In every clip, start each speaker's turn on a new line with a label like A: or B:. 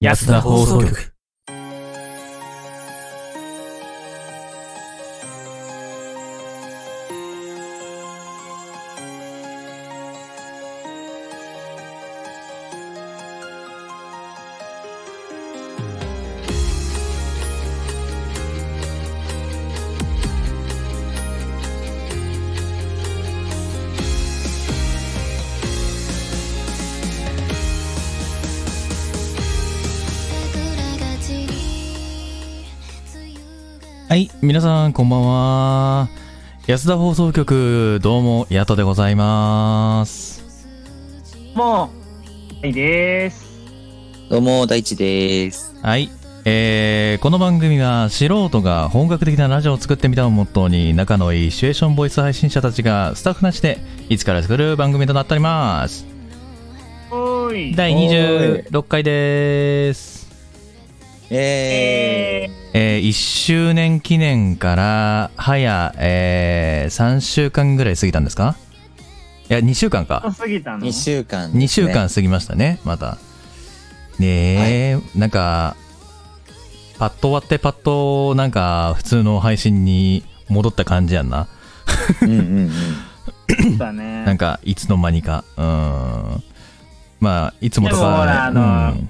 A: 安田放送局。はい、皆さんこんばんは。安田放送局、どうも、ヤトでございます。
B: もう、はいです。
C: どうも、大地です。
A: はい。えー、この番組は素人が本格的なラジオを作ってみたをモットーに仲のいいシチュエーションボイス配信者たちがスタッフなしでいつから作る番組となっております。
B: おーい。
A: 第26回です。
C: え
B: え
C: ー、
A: えー、1周年記念から早、えー、3週間ぐらい過ぎたんですかいや、2週間か
B: ー、。過ぎたの
C: 2週間、
A: 2週。間過ぎましたねまたねえ、なんかパッと終わってパッとなんか普通の配信に戻った感じやんな、
C: うんうんうん。
B: だ ね。
A: なんかいつの間にかうーんまあいつもと変わら
B: でもほら
A: な
B: あ
A: い、
B: の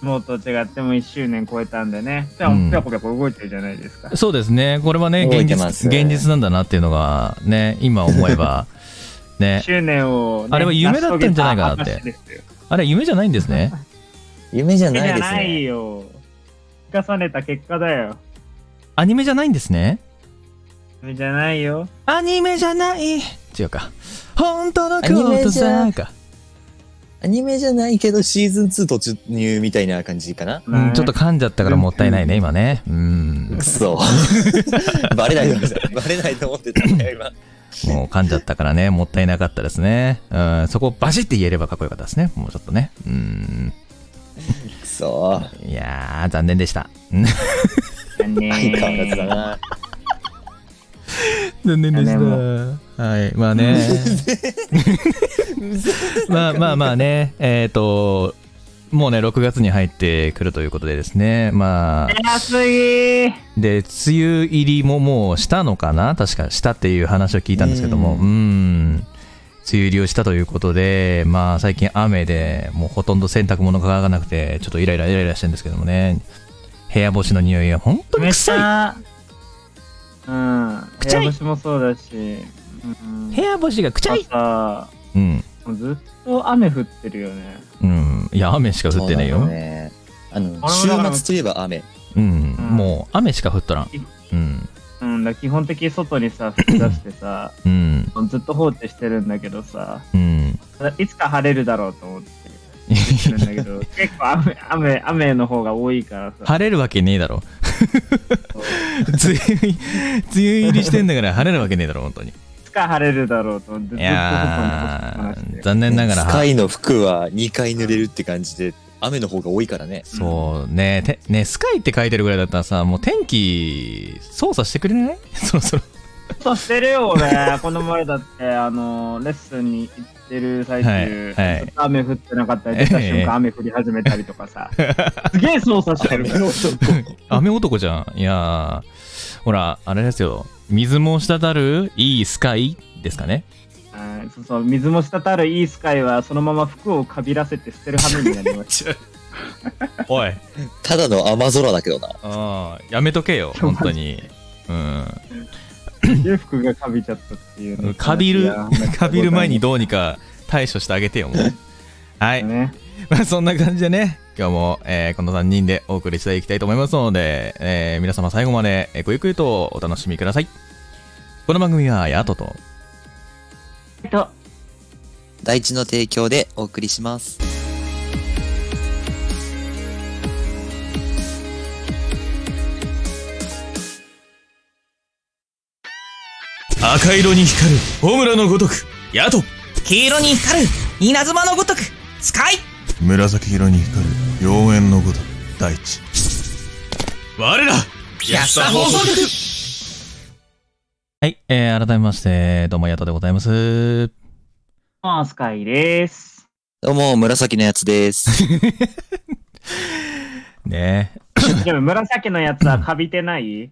B: もうと違っても1周年超えたんでね。じゃあ、
A: うん
B: ぴょこぴょこ動いてるじゃないですか
A: うん。そうですねこれはね
C: 動
A: 現
C: いてます
A: 実現実なんだなっていうのがね今思えば ね
B: 周年を、ね、
A: あれは夢だったんじゃないかなって
B: 成し遂げた証ですよ
A: あれ夢じゃないんですね
C: 夢じゃ
B: 夢
C: な
B: じ
C: い
B: ゃ
C: です
B: ない
C: ね。
B: よ。重ねた結果だよ。
A: アニメじゃないんですね
B: 夢じゃないよ。
A: アニメじゃない違うか本当のこ
C: アニメ
A: と
C: じゃ
A: さか
C: アニメじゃないけど、シーズン2突入みたいな感じかな。
A: うん、ちょっと噛んじゃったからもったいないね、今ね。うん
C: く。そ。 バレないと思ってた。バレないと思ってたんだよ、今。
A: もう噛んじゃったからね、もったいなかったですね。うん、そこをバシって言えればかっこよかったですね、もうちょっとね。うん。
C: くそ。
A: いや ー、残念でした。うん
B: だね
C: 相変わらずだな。
A: 残念
B: でした
A: はい、まあ ね。まあまあまあね、えっ、と、もうね、6月に入ってくるということでですね、まあ、
B: 早すぎー。
A: で、梅雨入りももうしたのかな確かしたっていう話を聞いたんですけども、う、
C: うんん
A: 梅雨入りをしたということで、まあ最近雨でもうほとんど洗濯物が乾かなくて、ちょっとイライライライラしてるんですけどもね、部屋干しの匂いが本当に
B: めっち
A: 臭い。
B: ゃ、うん。部
A: 臭い
B: 屋干しもそうだし。うん
A: 部屋干しがくちゃい。
B: 朝、
A: うん。
B: もうずっと雨降ってるよね。
A: うん。いや、雨しか降ってないよ。
C: そううだねあの、
B: 俺も
C: 週
B: だから
C: 末といえば雨。
A: ん。
B: うん
A: もう雨しか降っとらん。うん。
B: うん、だから基本的に外 にさ、吹き出してさ、
A: うん。
B: ずっと放置してるんだけどさ、
A: うん。
B: いつか晴れるだろうと思ってるんだけど、結構雨、雨、雨の方が多いからさ、
A: 晴れるわけねえだろ。
B: そ う
A: 梅雨入り、梅雨入りしてんだから晴れるわけねえだろ、本当に。
B: いつか晴れるだろうと思って、ず
A: い
B: っと外
A: や
B: に干しっぱなし
A: ー
B: で。
A: 残念ながら
C: スカイの服は2回濡れるって感じで、雨の方が多いからね。
A: そうねてねスカイって書いてるぐらいだったらさもう天気操作してくれない そろそろ
B: そうしてるよ、俺。この前だって、あの、レッスンに行ってる最中、
A: はいはい
B: ずっと雨降ってなかったり、出た
A: ええ
B: 瞬間雨降り始めたりと かさ、すげえ操作してる
C: 雨
B: から。
C: 男。
A: 雨男じゃんいやーほらあれですよ水も滴るいいスカイですかね
B: はいそうそう水も滴るいいスカイはそのまま服をかびらせて捨てる羽目になりまし
A: おい
C: ただの雨空だけどな。
A: あーやめとけよ本当にう
B: たで服がかびちゃったっていうね
A: んかび
B: い
A: る
B: やー
A: かびる前にどうにか対処してあげてよもうはい
B: ね
A: まあそんな感じでね、今日も、えーこの3人でお送りしていきたいと思いますので、えー皆様最後までえーごゆっくりとお楽しみください。この番組はヤトと、
B: えっと
C: 大地の提供でお送りします。
A: 赤色に光るホムラのごとく、ヤト
D: 黄色に光る稲妻のごとくスカイ
E: 紫色に光る妖艶のごとく大地
A: 我ら
D: 安田放送局
A: はい、えー改めまして、どうもヤトでございます。
B: まあスカイです
C: どうも、紫のやつです。
A: ねえ。
B: でも紫のやつはカビてない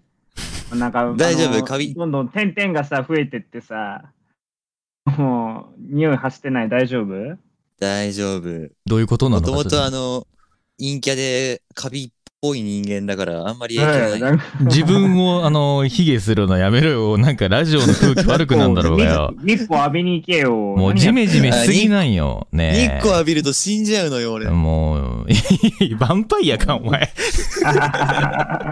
B: なんか、
C: 大丈夫
B: あの
C: カビ
B: どんどん点々がさ、増えてってさ、もう、匂い走ってない、大丈夫
C: 大丈夫。
A: どういうことな
C: も
A: のか
C: とも
A: それ
C: とあの、陰キャでカビっぽい人間だから、あんまり影響なん
B: う
C: い。
B: なんか
A: 自分を、あの、卑下するのやめろよ。なんかラジオの空気悪くなんだろうがよ。
B: 日光浴びに行けよ。
A: もうジメジメしすぎなんよ。
C: 日
A: ね
C: 光浴びると死んじゃうのよ、俺。
A: もう、いいヴァンパイアか、お 前。今日から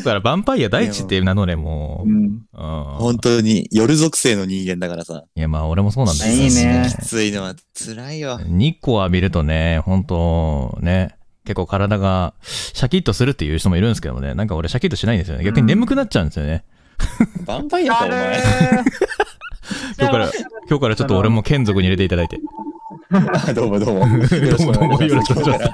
A: ヴァンパイア大地って名乗れ、も
B: う
A: う。うん
B: ん
C: 本当に、夜属性の人間だからさ。
A: いや、まあ、俺もそうなんだけど
B: いいね
C: きついのは辛いよ。
A: 日光浴びるとね、本当ね、結構体がシャキッとするっていう人もいるんですけどもね、なんか俺シャキッとしないんですよね。逆に眠くなっちゃうんですよね。
C: バンパイアか、お前。
A: 今日から、今日からちょっと俺も剣族に入れていただいて。
C: あ どうもどうも。よろしくお願いしま
A: ど
C: す
A: うもどうもよろしくお願いし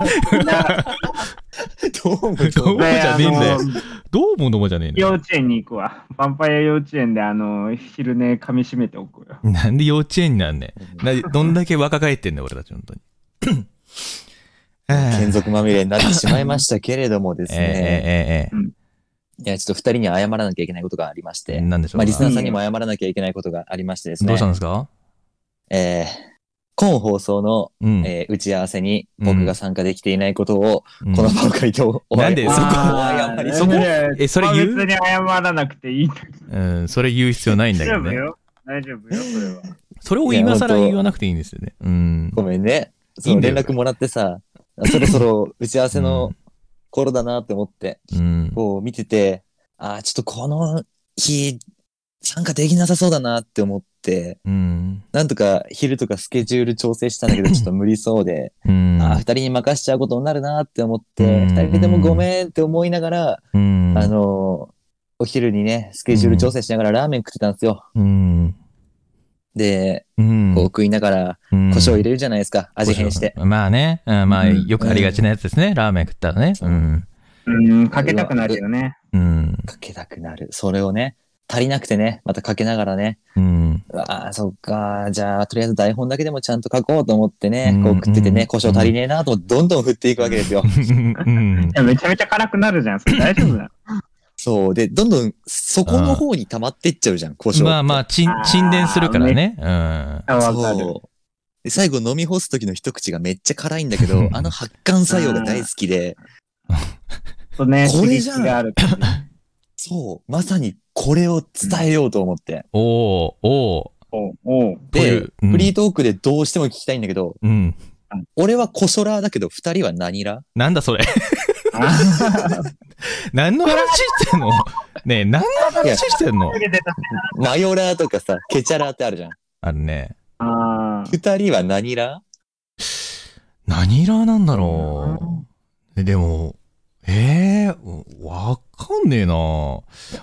C: どうもどう
A: どう
C: も
A: も。じゃねえんだよ
B: あ。の
A: どうもどうもじゃねえんだ
B: 幼
A: よ。
B: 稚園に行くわ。ヴァンパイア幼稚園で、あの、昼寝噛み締めておくよ。
A: なんで幼稚園になんねんなどんだけ若返ってんだよ、俺たち、本当に。
C: 剣族まみれになってしまいましたけれどもです
A: ええ
C: ね。
A: えええ
C: いや、ちょっと二人に謝らなきゃいけないことがありまし
A: え
C: て。
A: なんでしょう
C: ま
A: か
C: あ、リスナーさんにも謝らなきゃいけないことがありましてですね。
A: どうしたんですか
C: えー今放送の、
A: うん。
C: えー打ち合わせに僕が参加できていないことを、
A: うん
C: この場を借りてお、
A: なんで
C: お詫び
A: そこ
B: あー
A: そこ
B: いやいや
A: えそれ言う
B: 別に謝らなくていい。
A: うん、それ言う必要ないんだ
B: 大
A: け
B: 丈
A: ど
B: 夫
A: ね。
B: よ。大丈夫よ、それは。
A: それを今更言わなくていいんですよね。うん。
C: ごめんね。
A: い
C: そ
A: いん
C: う、
A: だよ
C: 連絡もらっ てさ、そろそろ打ち合わせ
A: う
C: の
A: ん
C: 頃だなって思って、
A: うん。
C: こう見てて、ああ、ちょっとこの日、参加できなさそうだなって思って、
A: うん。
C: なんとか昼とかスケジュール調整したんだけど、ちょっと無理そうで、
A: うん。
C: ああ、二人に任しちゃうことになるなって思っ
A: う
C: て、
A: ん
C: 二人でもごめんって思いながら、
A: うん。
C: あのー、お昼にね、スケジュール調整しながらラーメン食ってたんですよ。
A: うん。
C: で、
A: うん。
C: こう食いながら、
A: うん、
C: 胡椒入れるじゃないですか、味変して。
A: まあね、うん、まあ
C: うん
A: よくありがちなやつですね、ラーメン食ったらね。うん。
B: うん、かけたくなるよね。
A: うん。
C: かけたくなる。それをね、足りなくてね、またかけながらね、
A: うん。
C: ああ、そっか、じゃあ、とりあえず台本だけでもちゃんと書こうと思ってね
A: うん、
C: こう食ってて
A: うん
C: ね、胡椒足りねえなと、どんどん振っていくわけです
A: う
C: よ。
A: ん
B: い。やめちゃめちゃ辛くなるじゃん。それ大丈夫 だ。
C: そう。で、どんどん、そこの方に溜まってっちゃうじゃん、胡椒って。
A: まあまあ、沈沈殿するからね。うん。、
B: あわかる。
C: そう。で最後飲み干す時の一口がめっちゃ辛いんだけどあの発汗作用が大好きで、
B: とね、
C: これじゃん
B: 刺激があるっていう
C: そう、まさにこれを伝えようと思って。
A: おー、お
B: おうおう
A: こうい
C: で
A: う、うん
C: フリートークでどうしても聞きたいんだけど、
A: ー。うん。
C: 俺はコソラーだけど、二人は何ラ
A: なんだそれ。
B: あ
A: 何の話してんのねえ、何の話してんの
B: ー
C: マヨラーとかさ、ケチャラーってあるじゃん。
A: あのね、
B: あ ー。
C: 二人は何ラ
A: 何ラーなんだろう。えでも、えー、わかんねえな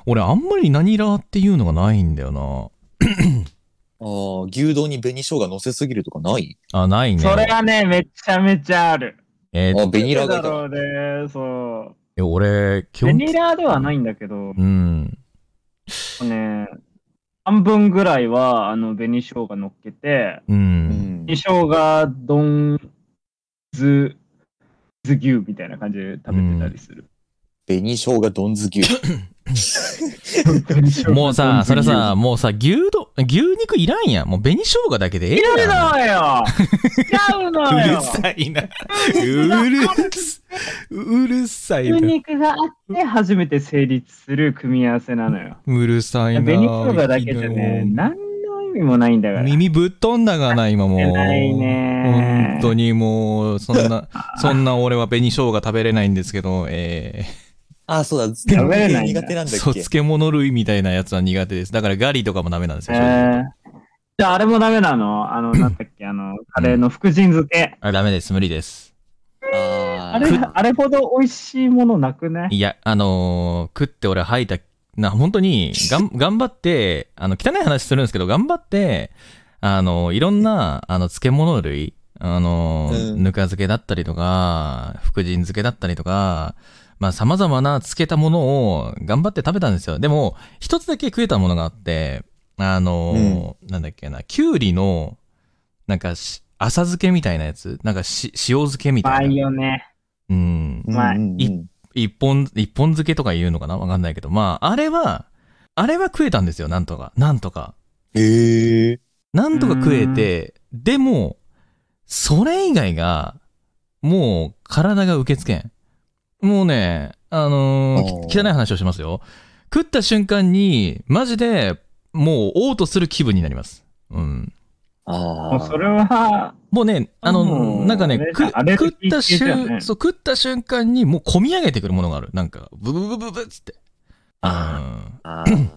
A: 俺あんまり何ラーっていうのがないんだよ
C: あー牛丼に紅生姜乗せすぎるとかない
A: なあ、ないね。
B: それがね、めちゃめちゃある。
A: えー
C: あ、紅ラーが
B: だ
C: いた。
B: ろうね、そう。
A: え俺、基
B: ベ
A: 本
B: ニラーではないんだけど、
A: うん。
B: ね、半分ぐらいは、あの、紅生姜乗っけて、
A: う。
C: うんん
B: 紅。生姜丼、ず、ず牛みたいな感じで食べてたりする。
C: 紅生姜どんず 牛。
A: もうさ、それさ、、もうさ、牛丼、牛肉いらんやん。もう紅生姜だけでええ
B: 違う
A: やん。
B: のよ違う
A: う
B: のよ
A: るさいな。うるさうるさい
B: 牛
A: な。
B: 肉があって初めて成立する組み合わせなのよ。
A: うるさいな。
B: 紅生姜だけじゃね、何の意味もないんだから。
A: 耳ぶっ飛んだがな、今もう。
B: ないね
A: 本当にもう、そん な、そんな俺は紅生姜食べれないんですけど、え
C: あ、そうだ。
B: べれないんだ
C: 苦手なん
A: ー、
C: だ
A: そう、
C: っけ
A: 漬物類みたいなやつは苦手です。だからガリとかもダメなんです
B: え
A: よ。正直
B: ー、じゃああれもダメなのあの、なんだっけ、あの、カレーの福神漬け。
A: あダメです、無理です。
C: あ
B: あれ、あれほど美味しいものな くない
A: いや、あのー食って俺吐いた、な、本当 に、がん、頑張って、あの、汚い話するんですけど、頑張って、あのいろんな、あの、漬物類、あのー
C: うん
A: ぬか漬けだったりとか、福神漬けだったりとか、まあ、様々な漬けたものを頑張って食べたんですよ。でも、一つだけ食えたものがあって、あのーなんだっけな、きゅうりの、なんかし、浅漬けみたいなやつなんかし、塩漬けみ
B: うま
A: たい
B: い
A: な。
B: よね。
A: うん。
B: まあ
C: うんうんうん
A: 一本、一本漬けとか言うのかなわかんないけど、まあ、あれは、あれは食えたんですよ、なんとか。なんとか。
C: へえ。
A: なんとか食えて、でも、それ以外が、もう体が受け付けん。もうね、あのー
C: お
A: き汚
C: ー
A: い話をしますよ。食った瞬間に、マジで、もう、嘔吐する気分になります。うん。
C: あ
B: もう
C: あ。
B: それは、
A: もうね、あ
B: も
A: の、
B: う
A: なんかね、
B: あれだ
A: く
B: アレルギ
A: 食
B: ー
A: った
B: 系だよね
A: 瞬、そう、食った瞬間に、もう込み上げてくるものがある。なんか、ブブブブブっつって。
C: あ
A: うん
C: あー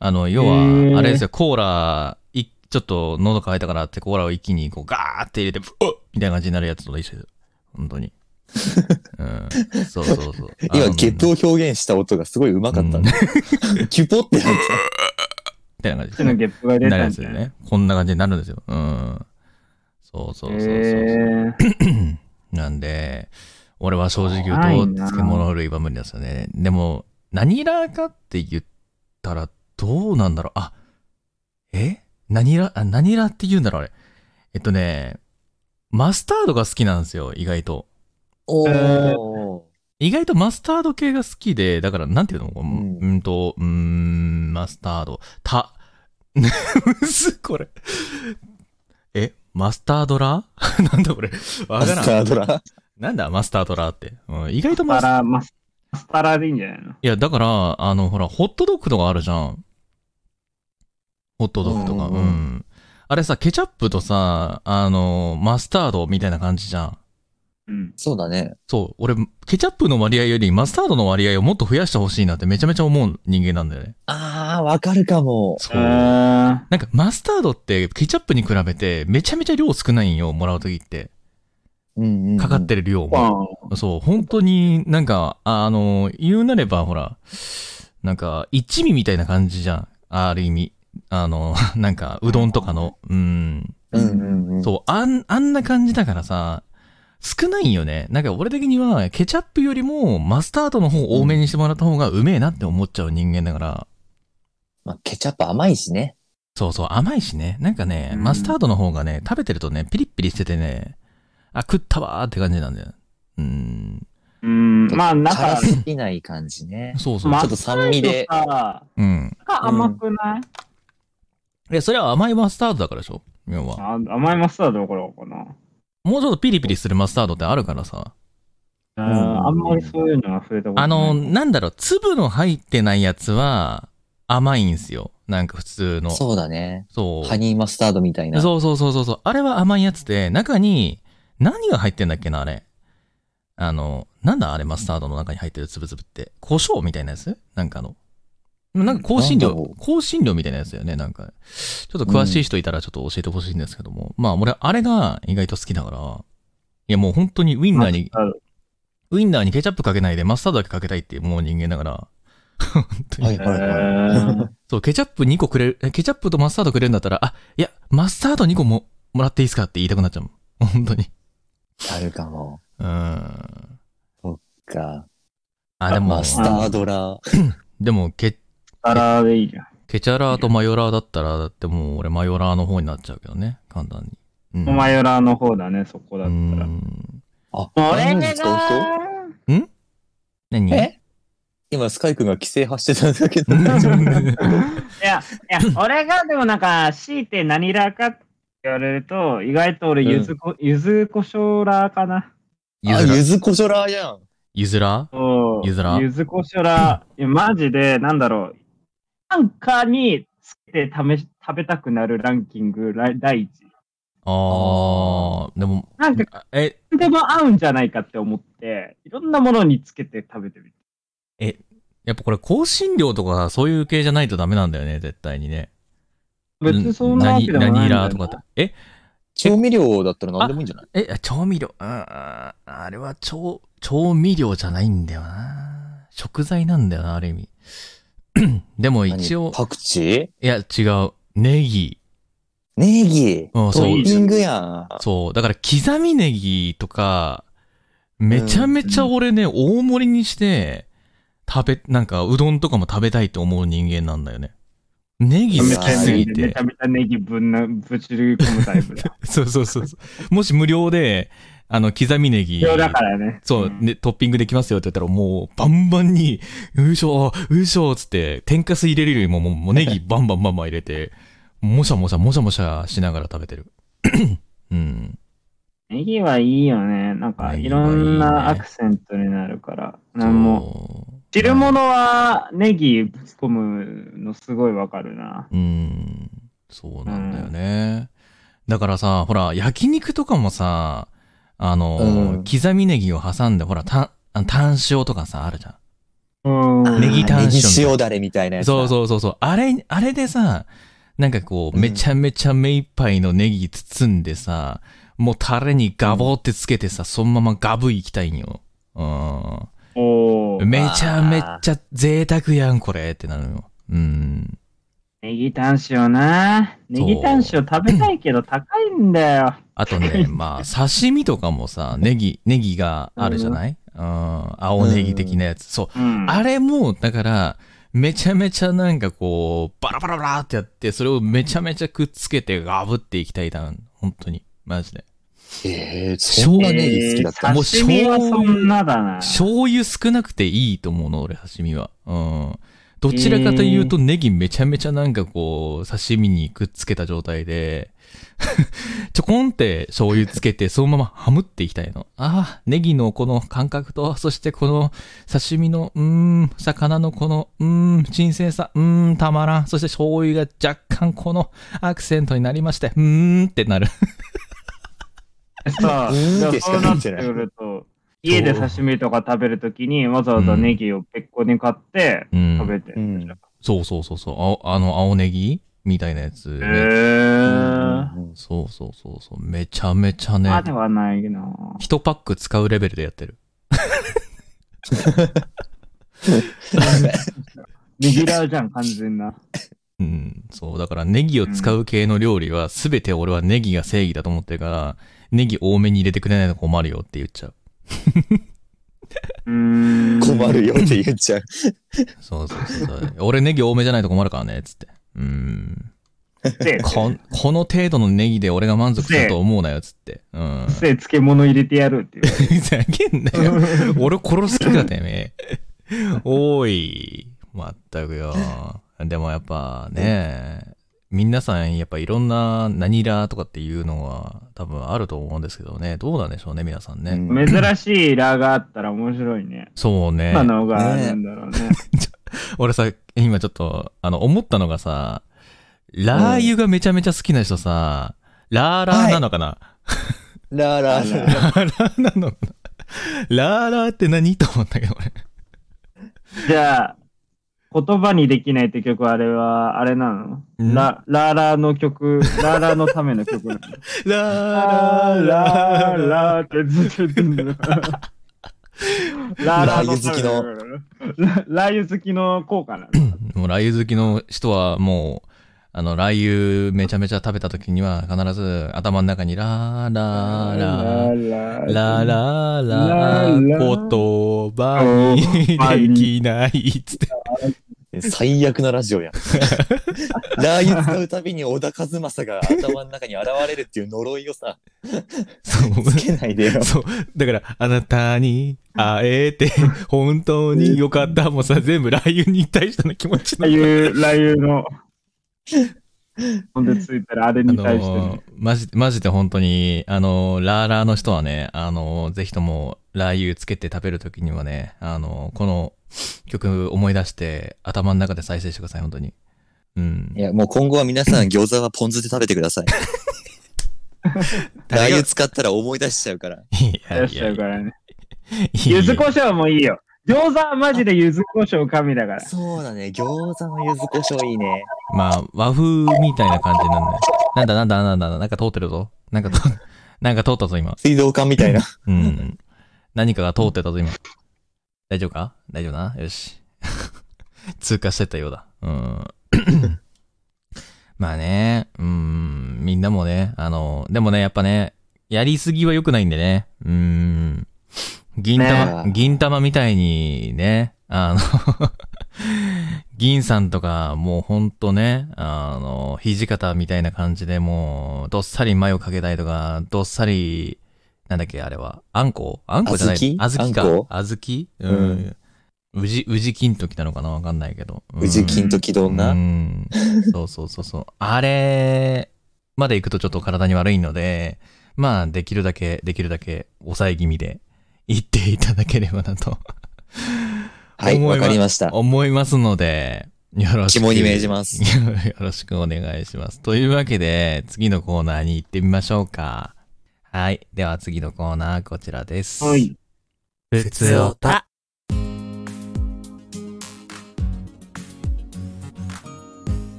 A: あの、要
B: へ
A: は、
B: ー
A: あれですよ、コーラ、いちょっと喉乾いたからってコーラを一気にこうガーって入れて、ブッみたいな感じになるやつと一緒です。本当 に。うん。そうそうそう。
C: 今、ゲップを
A: み
C: 表現した音がすごいうまかった
A: うん
C: ね。キュポってや
A: たいな感じ
B: こっちの
A: で
B: ゲップが
A: す。
B: 出
A: なる
B: た
A: や
B: ん
A: つ
B: じ
A: で
B: ゃない
A: ね。こんな感じになるんですよ。うん。そうそうそうそうそう。
B: え
A: なんで、俺は正直言
B: ないう
A: と、
B: な
A: 漬物類は無理なんですよね。でも、何ラーかって言ったら、どうなんだろう。あ、え何ラ、あ、何ラって言うんだろう、あれ。えっとね、マスタードが好きなんですよ、意外と。
C: お
B: ー
C: お。
A: 意外とマスタード系が好きで、だから、なんていうの、う
C: う
A: ん、
C: ん
A: うんと、うーん、マスタード、た、 むず、これ。え、マスタードラ ーなんだこれ。わ
C: マ
A: からん。
C: スタードラ
A: なんだマスタードラーって。うん、意外と
B: ー、マ
A: マスター。
B: スタラ、マスマスタラでいいんじゃないの
A: いや、だから、あの、ほら、ホットドッグとかあるじゃん。ホットドッグとか。
C: う
A: うんん
C: うんうん
A: あれさ、ケチャップとさ、あの、マスタードみたいな感じじゃん。
B: うん。
C: そうだね。
A: そう、俺、ケチャップの割合よりマスタードの割合をもっと増やしてほしいなってめちゃめちゃ思う人間なんだよね。
C: ああ、わかるかも。
A: そう。な
B: あ
A: んか、マスタードってケチャップに比べてめちゃめちゃ量少ないんよ、もらうときって。
C: うんうん。
A: かかってる量
B: ー、
A: も。
B: わ
A: そう、本当になんか、ああの、言うなれば、ほら、なんか、一味みたいな感じじゃん。ある意味。あの、 なんか、うどんとかの。うん。
C: うんうんうん。
A: そう、あん、あんな感じだからさ、少ないんよね。なんか、俺的には、ケチャップよりも、マスタードの方多めにしてもらった方がうめえなって思っちゃう人間だから、
C: まあ、ケチャップ甘いしね。
A: そうそう、甘いしね。なんかね、
B: うん
A: マスタードの方がね、食べてるとね、ピリッピリしててね、あ、食ったわーって感じなんだよ。うん。
B: うん、まあ、なん
C: 辛
B: か、
C: すぎない感じ ね。
A: そうそう。
B: ま
C: ちょっと酸味で。
B: さ、
A: うん。
B: 甘くない、
A: いや、それは甘いマスタードだからでしょ要は。
B: あ甘いマスタードどころかな。
A: もうちょっとピリピリするマスタードってあるからさ。
B: あーあんまりそういうのは増えたことない。
A: あの、なんだろう、粒の入ってないやつは甘いんすよ。なんか普通の。
C: そうだね。
A: そう。
C: ハニーマスタードみたいな。
A: そうそうそうそうそう。あれは甘いやつで、中に何が入ってんだっけな、あれ。あの、なんだあれマスタードの中に入ってる粒々って。胡椒みたいなやつなんかの。なんか香辛
C: なんだ
A: 料
C: ろ、
A: 香辛料みたいなやつだよね、なんか。ちょっと詳しい人いたらちょっと教えてほしいんですけども。まあ俺、あれが意外と好きだから。いやもう本当にウインナーに、
B: マス
A: ウインナーにケチャップかけないでマスタードだけかけたいっていうもう人間だから。 本当に。
C: はい
B: タ
C: はいはい。
B: ード。
A: そう、ケチャップ2個くれる、えケチャップとマスタードくれるんだったら、あ、いや、マスタード2個も、もらっていいですかって言いたくなっちゃうもん。 本当に。
C: あるかも。
A: うーん。
C: か。
A: あ、でも
C: マ、スタードラー。
A: でも、ケ、
B: タラでいいじゃん。
A: ケチャラーとマヨラーだったら、だってもう俺マヨラーの方になっちゃうけどね。簡単に。うん、
B: マヨラーの方だね、そこだ
A: うー
B: ったら。
A: ん。
C: あ、
B: 俺
C: 何使う人
A: 何
C: え今、スカイ君が規制発してたんだけど、大丈夫
B: いや、いや、 俺がでもなんか、強いて何ラーかって言われると、意外と俺、ゆずこ、ゆずこしょうラーかな。
A: ゆ
C: あ、
A: ずら
C: ゆずこしょラーやん。
A: ゆずら
B: そう
A: ゆずラー
B: ゆずこしょうラ ー。いや、マジで、なんだろう。なんかにつけて試し食べたくなるランキングら第一。
A: あー、でも、
B: なんか、
A: あえ、
B: 何でも合うんじゃないかって思って、いろんなものにつけて食べてみて。
A: やっぱこれ香辛料とかそういう系じゃないとダメなんだよね、絶対にね。
B: 別にそんなわけでもないん
A: 何
B: だよ
A: 何
B: な
A: ラーとかって。え
C: 調味料だったら何でもいいんじゃない
A: え、あ調味料、うん、ああれは調、調味料じゃないんだよな。食材なんだよな、ある意味。でも
C: 何
A: 一応、
C: パクチ
A: いや、違う。ネギ。
C: ーネギ。
A: う
C: ト
A: んそう
C: ッピングやん。
A: そう。だから、刻みネギとか、めちゃめちゃ俺ね、大盛りにして、食べ、なんか、うどんとかも食べたいと思う人間なんだよね。ネギ
B: め
A: 好
B: ち
A: き
B: ゃ
A: す
B: め
A: ぎ
B: ちゃめ
A: て
B: ちゃ。めちゃネギぶんなぶち込むタイプだ。
A: そうそうそうそう。もし無料で、あの、刻みネギ。
B: 必要だからね。
A: そう、
B: ん
A: ね、トッピングできますよって言ったら、もう、バンバンに、ういしょ、ういしょ、つって、天かす入れるよりも、もうもう、ネ ギバンバンバンバン入れて、もしゃもしゃ、もしゃもしゃしながら食べ てる。うん。
B: ネギはいいよね。なんか、
A: ネ
B: い
A: ギはいい
B: ろ
A: ね
B: んなアクセントになるから。なんも。
A: そう
B: 汁物はネギぶち込むのすごいわかるな。
A: うん。そうなんだよね。だからさ、ほら、焼肉とかもさ、あの、
C: うん
A: 刻みネギを挟んで、ほら、たんあのタン塩とかさ、あるじゃん。
B: うん。
A: ネギタン塩
C: ネギ塩だれみたいなやつだ。
A: そうそうそうそう。あれ、あれでさ、なんかこう、
C: うん
A: めちゃめちゃ目いっぱいのネギ包んでさ、もうタレにガボってつけてさ、そのままガブいきたいんよ。う
B: おー
A: ん。めちゃめちゃ贅沢やん、これってなるの。うん。
B: ネギタン塩な。ネギタン塩食べたいけど高いんだよ。
A: あとね、まあ、刺身とかもさ、ネギ、ネギがあるじゃないうん。青ネギ的なやつ。そう。
B: うん。
A: あれも、だから、めちゃめちゃなんかこう、バラバラバラってやって、それをめちゃめちゃくっつけて、ガブっていきたいだん。本当に。マジで。
C: えー、そんなネギ好きだった。
A: もう
B: 刺身はそんなだな。
A: 醤油少なくていいと思うの、俺、刺身は。うん。どちらかというと、ネギめちゃめちゃなんかこう、刺身にくっつけた状態で、 ちょこんって醤油つけて、そのままハムっていきたいの。ああ、ネギのこの感覚と、そしてこの刺身の、うーん、魚のこの、うーん、新鮮さ、うーん、たまらん。そして醤油が若干このアクセントになりまして、うーんってなる。
B: さあ、
C: うーんってし
B: そう
C: か
B: な
C: な
B: っ
C: っててない
B: くると、家で刺身とか食べるときにわざわざネギを別個に買って
A: うん。
B: 食べて
C: う
B: る。
C: ん
A: そうそうそうそう。青あの、青ネギみたいなやつ、
B: へー。
C: うん
A: そうそうそうそう。めちゃめちゃね
B: ま、あではないな。
A: 一パック使うレベルでやってる。
B: レギュラーじゃん、完全な。
A: うん。そう。だからネギを使う系の料理は、すべて俺はネギが正義だと思ってるから、ネギ多めに入れてくれないと困るよって言っちゃう。
B: うーん。
C: 困るよって言っちゃう。
A: そうそうそう そう。俺ネギ多めじゃないと困るからね、つって。うん。
B: で、
A: こん、この程度のネギで俺が満足すると思うなよ、つって。うん。
B: せえ漬物入れてやるっていう。
A: ふざけんなよ。 俺殺す気だてめえ。おい。まったくよ。でもやっぱね、皆さんやっぱいろんな何らとかっていうのは多分あると思うんですけどね。どうなんでしょうね、皆さんね。
C: うん
B: 珍しいラーがあったら面白いね。
A: そうね
B: 今。のがあるんだろうね。
A: 俺さ、今ちょっと、あの、思ったのがさ、ラー油がめちゃめちゃ好きな人さ、ラーラーなのかな、
C: ラーラーラー。
A: ラーラーなのかなラーラーって何と思ったけど俺。
B: じゃあ、言葉にできないって曲、あれは、あれなの
A: うん
B: ララーラーの曲、ラーラーのための曲なの
A: ラ
B: ラ
A: ーラー
B: ーラー
A: ラー。
B: ラーってずっと言ってんだよ。ラ
C: ラー油好きの
B: ラ。ラー油好きの効果なの。
A: もうラー油好きの人はもう、あの、ラー油めちゃめちゃ食べた時には必ず頭の中にラーラーラー。ラー
B: ラ
A: ラーラ
B: ラ
A: ー
B: ー
A: 言
B: ラー
A: 葉にできないっつって。
C: 最悪なラジオや ん。ラー油使うたびに小田和正が頭の中に現れるっていう呪い をさ、つ
A: そ
C: けない でよ
A: う。。そう。だから、あなたに会えて、本当によかったもうさ、全部ラー油に対しての気持ちの
B: ラ。ー油、ラー油の。ほんでついたらあれ
A: あ
B: に対して
A: の
B: ね
A: ー。マジ、マジで本当に、あのーラーラーの人はね、あのーぜひとも、ラー油つけて食べるときにはね、あのーこの曲思い出して、頭の中で再生してください、本当に。うん
C: い。や、もう今後は皆さん餃子はポン酢で食べてください。ラー油使ったら思い出しちゃうから。
A: いや
B: 出
A: い
B: しちゃ
A: や
B: うからね。
A: いや
B: 柚子胡椒もいいよ。餃子はマジで柚子胡椒神だから。
C: そうだね、餃子の柚子胡椒いいね。
A: まあ、和風みたいな感じなんだよ。なんだなんだなんだなんだ、なんか通ってるぞ。なんか通、なんか通ったぞ、今。
C: 水道管みたいな。
A: うん。何かが通ってたぞ、今。大丈夫か大丈夫なよし。 通過してったようだ。うん。 まあね、うん、みんなもね、あの、でもね、やっぱね、やりすぎは良くないんでね、うん。銀玉、
C: ねえ
A: 銀玉みたいにね、あの銀さんとか、もうほんとね、あの、土方みたいな感じでもう、どっさり前をかけたりとか、どっさり、なんだっけ、あれは。あんこあんこじゃない。
C: 小豆
A: あずきか
C: あんこ。
A: あずきうん。うじ、うじきんときなのかなわかんないけど。
C: 宇治金時どん
A: う
C: な。
A: ん。そうそうそうそう。あれまで行くとちょっと体に悪いので、まあ、できるだけ、できるだけ抑え気味で行っていただければなと
C: はい、
A: 思いま
C: わ
A: す
C: かりました。
A: 思いますので、よろしく。
C: 肝に銘じま す
A: よろしくお願いします。というわけで、次のコーナーに行ってみましょうか。はい。では次のコーナー、こちらです。
B: は。い。
A: 普通おた。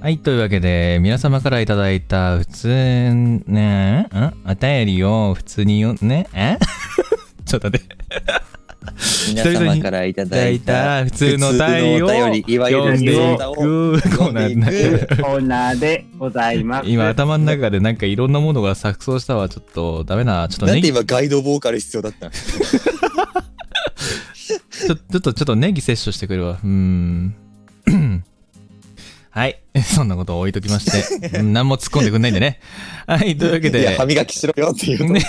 A: はい。というわけで、皆様からいただいた、普通、ねえ、んお便りを普通によ、ねえ ちょっと待って。
C: 皆様からいた
A: いただ
C: だ
A: い
C: いた。
A: た、普通のお便りを、
C: お便り、いわゆ
A: 読
C: る
A: ん
C: 普
A: でい
C: 通
A: く
C: の
A: コー
C: お便り
A: ナーになってる
B: コーナーでございます。
A: 今頭の中でなんかいろんなものが錯綜したわちょっとダメなちょっと
C: なん
A: ネ
C: で
A: ギ
C: 今ガイドボーカル必要だったの
A: ちょちょっとちょっとネギ摂取してくるわうーん はい そんなことを置いときましてうん何も突っ込んでくんないんでね はいというわけ
C: いや
A: で
C: 歯磨きしろよっていう。
A: ね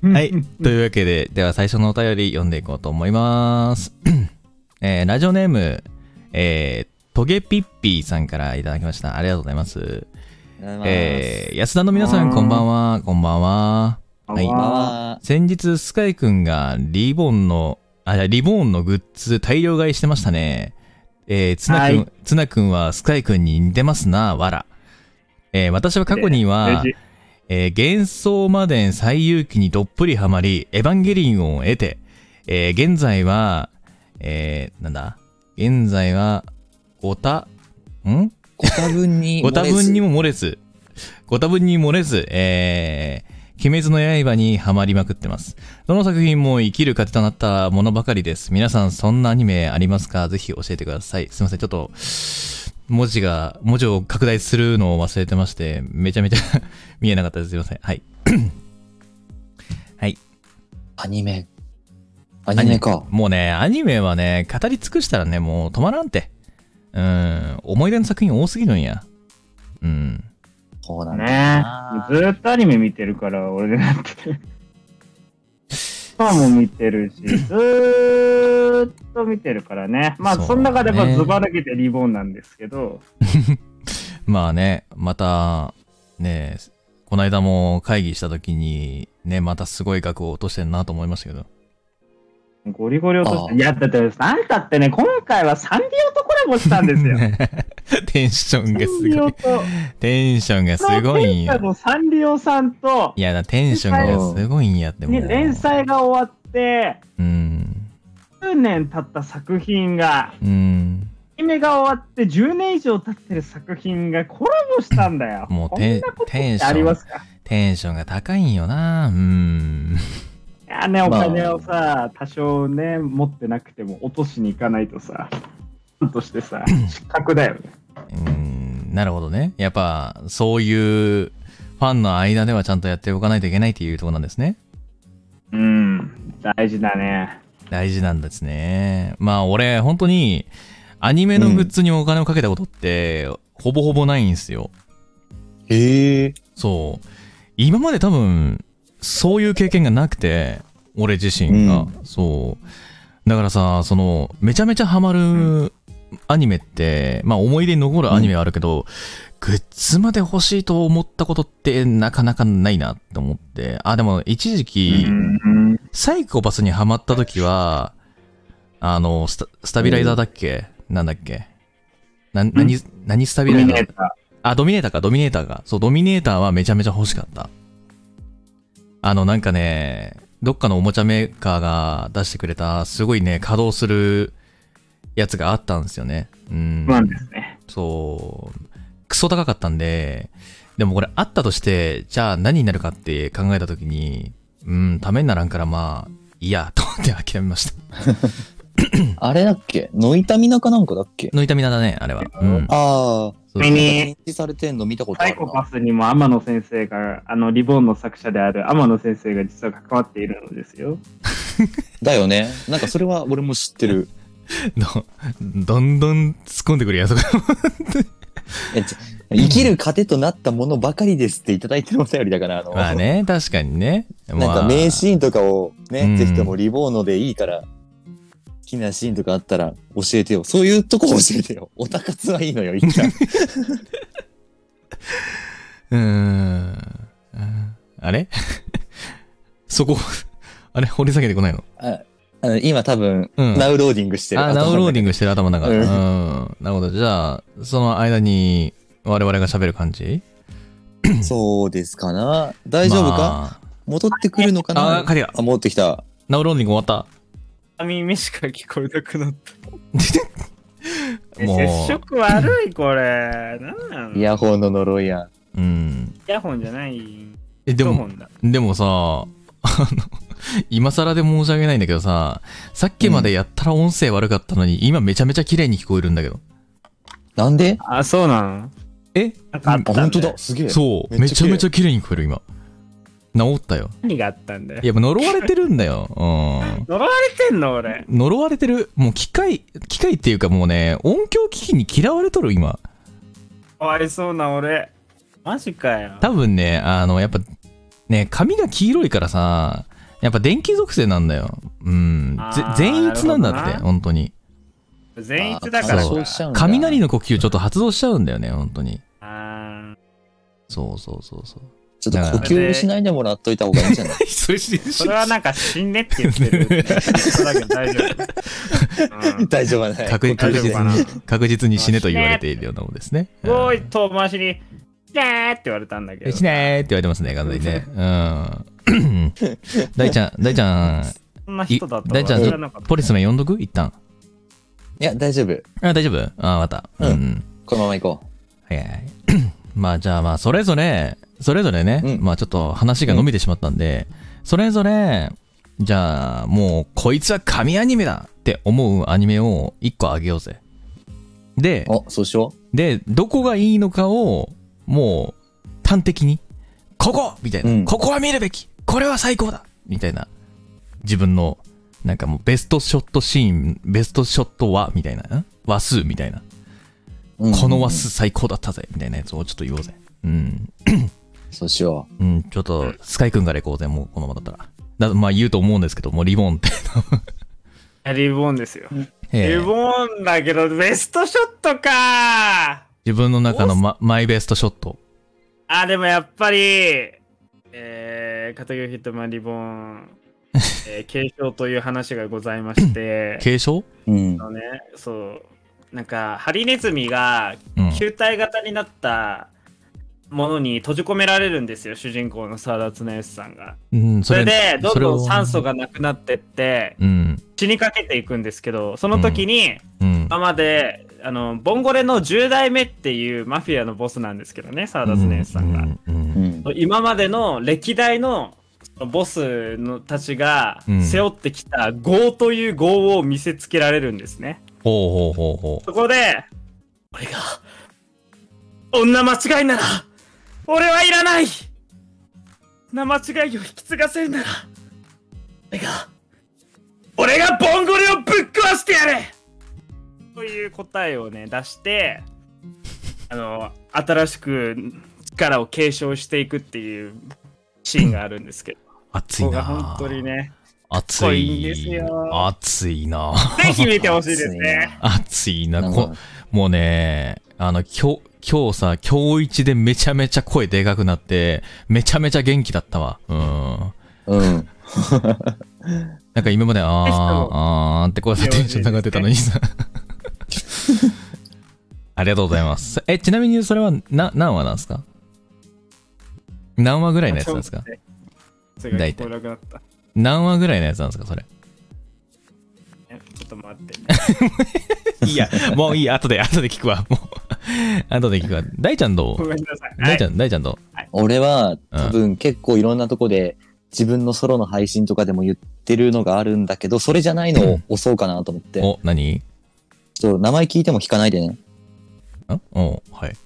B: うん
A: はい。というわけで、では最初のお便り読んでいこうと思います。 えーラジオネーム、えートゲピッピーさんからいただきました。ありがとうございます。えー安田の皆さん、こんばんは。こんばんは。はい
C: こんばんは
A: 先日、スカイくんがリボンの、あ、いやリボンのグッズ大量買いしてましたね。えー、ツナくん、
B: はい
A: ツナくんはスカイくんに似てますな、わら。えー私は過去には、
B: 嬉しい
A: えー幻想魔伝最遊記にどっぷりハマり、エヴァンゲリオンを得て、えー現在は、えーなんだ現在は、ごた、ん
C: ご多 分に。
A: ご多分に。も漏れず、ご多分に漏れず、えー、鬼滅の刃にハマりまくってます。どの作品も生きる糧となったものばかりです。皆さん、そんなアニメありますかぜひ教えてください。すいません、ちょっと、文字が、文字を拡大するのを忘れてまして、めちゃめち ゃ見えなかったです。すいません。はい。
C: アニメ。アニメか。
A: もうね、アニメはね、語り尽くしたらね、もう止まらんて。うん、思い出の作品多すぎるんや。うん。
C: そうなんだ
B: ね
C: な。
B: ずーっとアニメ見てるから、俺だって。パンも見てるし、ずーっと見てるからね。まあ、
A: そうね
B: その中でまあズバ抜けてリボンなんですけど、
A: まあね、また、ね、この間も会議した時に、ね、またすごい額を落としてんなと思いましたけど。
B: ゴリゴリ落とし
C: ああ
B: て。いや、だって、あんたってね、今回はサンディオとコラボしたんですよ。
A: テンション
B: サンデ
A: が す
B: ィ
A: ご
B: オ
A: い。
B: と、
A: テンションがすごいん
B: プロ
A: よ
B: ペ。ラのサンリオさんと
A: い、やだ、テンションがすごいんやっても
B: ね、
A: う。
B: 連載が終わって、
A: うん。
B: 10年経った作品が、
A: うん。
B: アニメが終わって10年以上経ってる作品がコラボしたんだよ。
A: もう
B: こん
A: テン
B: なことっ
A: テン
B: て
A: ション
B: ありますか
A: テンションが高いんよな。うん。
B: いやね、お
C: まあ
B: 金をさ、多少ね、持ってなくても落としに行かないとさ、ファンとし てさ、失格だよね。
A: うん。なるほどね。やっぱ、そういうファンの間ではちゃんとやっておかないといけないっていうところなんですね。
B: うん、大事だね。
A: 大事なんですね。まあ俺、本当に、アニメのグッズにお金をかけたことって、ほぼほぼないんですよ。
C: へえ。
A: そう。今まで多分、そういう経験がなくて、俺自身が。そう。だからさ、その、めちゃめちゃハマるアニメって、まあ思い出に残るアニメはあるけど、グッズまで欲しいと思ったことってなかなかないなって思って。あ、でも一時期、
B: うん、
A: サイコパスにハマった時は、あの、スタスタビライザーだっけなんだっけな、何、何スタビ
B: ド
A: ラ
B: ミ
A: イザ
B: ネ
A: ー
B: ータ
A: あ、ドミネーターか、ドミネーターか。そう、ドミネーターはめちゃめちゃ欲しかった。あの、なんかね、どっかのおもちゃメーカーが出してくれた、すごいね、稼働するやつがあったんですよね。うん。
B: ーなんですね。
A: そう、クソ高かったんで、でもこれあったとして、じゃあ何になるかって考えたときに、うん、ためにならんからまあ、いいや、と思って諦めました。
C: あれだっけノイタミナかなんかだっけ
A: の痛みなだね、あれは。うん。
C: ああ。
A: そう
B: ミニ
C: 認知されてんの見たことあ
B: サ
C: る
B: イ
C: な。
B: コパスにも天野先生が、あの、リボンの作者である天野先生が実は関わっているのですよ。
C: だよね。なんかそれは俺も知ってる。
A: どどんどん突っ込んでくるやつが。
C: えち生きる糧となったものばかりですっていただいてるお便りだから、あの、
A: まあね、確かにね。
C: なん
A: まあ
C: か名シーンとかをね、
A: うん
C: ぜひともリボーノでいいから、好きなシーンとかあったら教えてよ。そういうとこ教えてよ。オタ活はいいのよ、一 旦。
A: うーん。うんあれ そこ、あれ掘り下げてこないの
C: あの今多分、
A: うん
C: ナウローディングしてる。
A: あ、ナウンローディン
C: グ。
A: グしてる頭の中。う。
C: うんん
A: なるほど。じゃあ、その間に我々が喋る感じ
C: そうですかな。大丈夫か、
A: ま
C: 戻ってくるのか
A: あ、
C: な
A: あ、帰りが。
C: あ、戻ってきた。
A: ナウンローディング終わっ
B: 耳しか聞こえなくなった。
A: た。
B: え
A: も
B: 接
A: う、
B: 触悪いこれ。なんなの
C: イ
B: イ
C: ヤホンの呪いや。
A: うん。
B: ヤホンじゃない。
A: え、で
B: イヤ
A: も
B: ホ、ンだ。
A: でもさ、あの、今更で申し訳ないんだけどさ、さっきまでやったら音声悪かったのに、今めちゃめちゃ綺麗に聞こえるんだけど。
C: なんで
B: あ、そうなの
A: え
B: なんかあっ
C: あ、
B: た
C: 本
B: ん
C: 当
B: だよ
C: だ。。すげえ。
A: そう。め
C: めっ
A: ち
C: ち
A: ゃ
C: ゃ綺麗
A: めちゃ綺麗に聞こえる、今。治ったよ。
B: 何があったんだよ
A: い。や、もう呪われてるんだよ。うん。
B: 呪われてんの俺。
A: 呪われてる。もう機械、機械っていうかもうね、音響機器に嫌われとる、今。
B: かわいそうな俺。マジかよ。
A: 多分ね、あの、やっぱ、ね、髪が黄色いからさ、やっぱ電気属性なんだよ。うん。ぜ
B: あー
A: 全逸なんだ
B: な
A: っ
B: る
A: て、
B: ほどな
A: 本当に。
B: 全逸だから
A: あそう
B: か。
A: 雷
C: の。
A: の呼吸ちょっと発動しちゃうんだよね、本当に。
B: あー
A: そうそうそうそう。
C: ちょっと呼吸しないでもらっといた方がいい んじゃない
A: それし
B: それはなんか死んでって言っ てる。そうだけど大丈夫。うん
C: 大丈夫はない。
A: 確
B: 大丈夫かな
A: 確 確実に死ねと言われているようなもんですね。
B: すご
A: う
B: い
A: ん
B: 遠回しに、じゃーって言われたんだけど。
A: 死ねーって言われてますね、完全にね。うん。 大ちゃん、大ちゃん、
B: そんな人だった
A: い大ちゃん
B: 知らなかった
A: ポリスメ呼んどく一旦。
C: いや、大丈夫。
A: あ、大丈夫あ、また。
C: うん
A: うん
C: このまま行こ
A: はいはい。 まあじゃあまあそれぞれ、それぞれね、
C: うん
A: まあちょっと話が伸びてしまったんで、それぞれ、じゃあもうこいつは神アニメだって思うアニメを一個あげようぜ。で
C: う。、お、そうしよ
A: で、どこがいいのかを、もう端的に、ここみたいな、
C: うん
A: ここは見るべきこれは最高だみたいな、自分の、なんかもうベストショットシーン、ベストショットは、みたいな、ん話数みたいな。
C: う。うん
A: この話。数最高だったぜみたいなやつをちょっと言おうぜ。うん。
C: そうしよ
A: うん、ちょっと、スカイくんから行こうぜ、もうこのままだったら。だまあ言うと思うんですけど、もうリボン って。
B: リボンですよ。
A: ええ
B: リボンだけど、ベストショットか
A: 自分の中のママイベストショット。
B: あ、でもやっぱり、えー、片桐ヒットマンリボン、えー、継承という話がございま して、
A: 継承
C: う。うん
B: あ。のね、そう、なんか、ハリネズミが
A: うん。
B: 球体型になったものに閉じ込められるんですよ、主人公の沢田綱義さんが。
A: うん、
B: それで、どんどん酸素
A: が。
B: がなくなってって、
A: うん。
B: 死にかけていくんですけど、その時に、
A: うん。
B: 今まで、あの、ボンゴレの10代目っていうマフィアのボスなんですけどね、沢田常さんが。
A: うんうん
C: う
A: うん
C: ん。
B: 今までの歴代のそのボスのたちが
A: うん
B: 背負ってきた業という業を見せつけられるんですね。
A: ほうほうほうほ
B: そこで、俺が、女間違いなら、俺はいらない女間違いを引き継がせるなら、俺が、俺がボンゴレをぶっ壊してやれという答えをね、出して、あの、新しく力を継承していくっていうシーンがあるんですけど、
A: う。熱い
B: ここが
A: な。
B: 本当に。ね、
A: 熱
B: かっこいいん
A: い。
B: ですよ
A: 熱いな。
B: ぜひ見てほしいですね。
A: 熱いな。
C: なん
A: こ
C: か
A: もうね、あの、今日、今日さ、今日一でめちゃめちゃ声でかくなって、めちゃめちゃ元気だったわ。うん。
C: うん。
A: なんか今まで、あー、
B: ぜひとも
A: あーってこうやってテンション上がってたのにさ。ありがとうございます。え、ちなみにそれは、な、何話なんですか 何話ぐらいのやつなんですか
B: それが聞こえなくなった。
A: 何話ぐらいのやつなんですかそれ。
B: ねちょっと待ってね。
A: いや、もういい。後で、後で聞くわ。もう、後で聞くわ。大ちゃんど
B: ご
A: う
B: めんなさい。
A: 大ち
B: は
A: ゃん、大ちゃんどう
C: 俺は、多分結構いろんなとこで、自分のソロの配信とかでも言ってるのがあるんだけど、それじゃないのを押そうかなと思って。
A: お、何
C: ちょっと名前聞いても聞かないでね。
A: んおはい。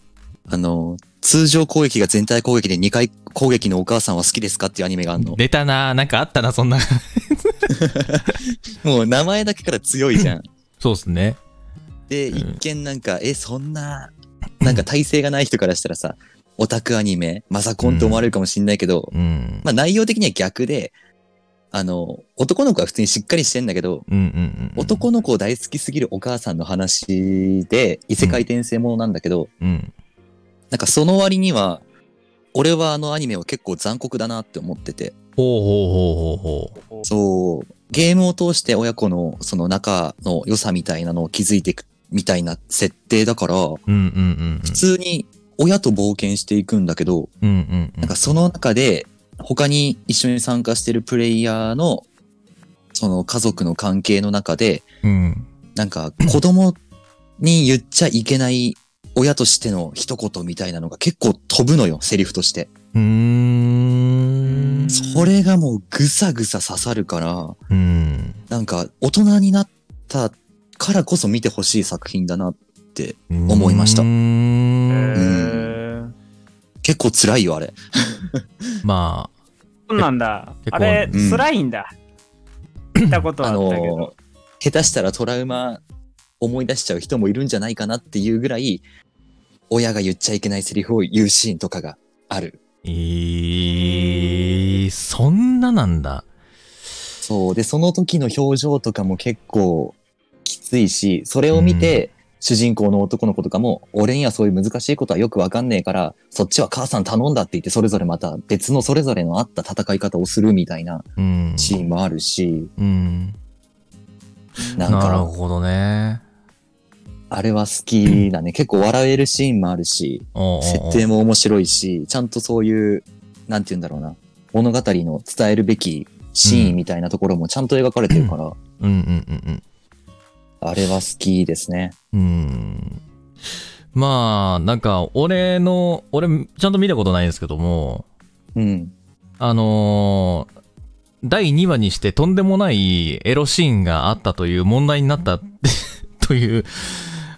C: あの、通常攻撃が全体攻撃で2回攻撃のお母さんは好きですかっていうアニメがあるの。
A: 出たななんかあったな、そんな。
C: もう名前だけから強いじゃん。
A: そうっすね。
C: で、
A: うん
C: 一見なんか、え、そんななんか体勢がない人からしたらさ、オタクアニメ、マザコンって思われるかもしんないけど、
A: うん。
C: まあ内容的には逆で、あの、男の子は普通にしっかりしてんだけど、
A: うんうんうん。
C: 男の子を大好きすぎるお母さんの話で、異世界転生ものなんだけど、
A: うん。
C: なんかその割には、俺はあのアニメは結構残酷だなって思ってて、
A: ほうほうほうほうほ
C: そう、ゲームを通して親子のその仲の良さみたいなのを築いていくみたいな設定だから、
A: う。うんうんうん
C: 普通に親と冒険していくんだけど、
A: うん。うんうんうん。
C: なんかその中で他に一緒に参加してるプレイヤーのその家族の関係の中で、
A: うん。
C: なんか子供に言っちゃいけない親としての一言みたいなのが結構飛ぶのよ、セリフとして。
A: うーん。
C: それがもうぐさぐさ刺さるから、
A: うん。
C: なんか大人になったからこそ見てほしい作品だな。思いました
A: うー
B: へ
A: ん。
B: ー
C: 結構辛いよ、あれ。
A: まあ、
B: そうなんだ。
A: 結構
B: あれ、
C: うん
B: 辛いんだ。聞いたことは
C: あ
B: あったけど。
C: の、下手したらトラウマ思い出しちゃう人もいるんじゃないかなっていうぐらい、親が言っちゃいけないセリフを言うシーンとかがある。
A: えー、そんななんだ。
C: そう。で、その時の表情とかも結構きついし、それを見て、主人公の男の子とかも、俺にはそういう難しいことはよくわかんねえから、そっちは母さん頼んだって言って、それぞれまた別のそれぞれのあった戦い方をするみたいな
A: うん。
C: シーンもあるし、
A: うん。
C: なん
A: なる
C: か、
A: ほどね。
C: あれは好きだね。結構笑えるシーンもあるし、
A: おうおうおう
C: 設定も面白いし、ちゃんとそういう、なんて言うんだろうな、物語の伝えるべきシーンみたいなところもちゃんと描かれてるか
A: う
C: ら、
A: んうんうんうん。
C: あれは好きですね。
A: うーんまあ、なんか、俺の、俺、ちゃんと見たことないんですけども、
C: うん。
A: あのー第2話にしてとんでもないエロシーンがあったという問題になった という、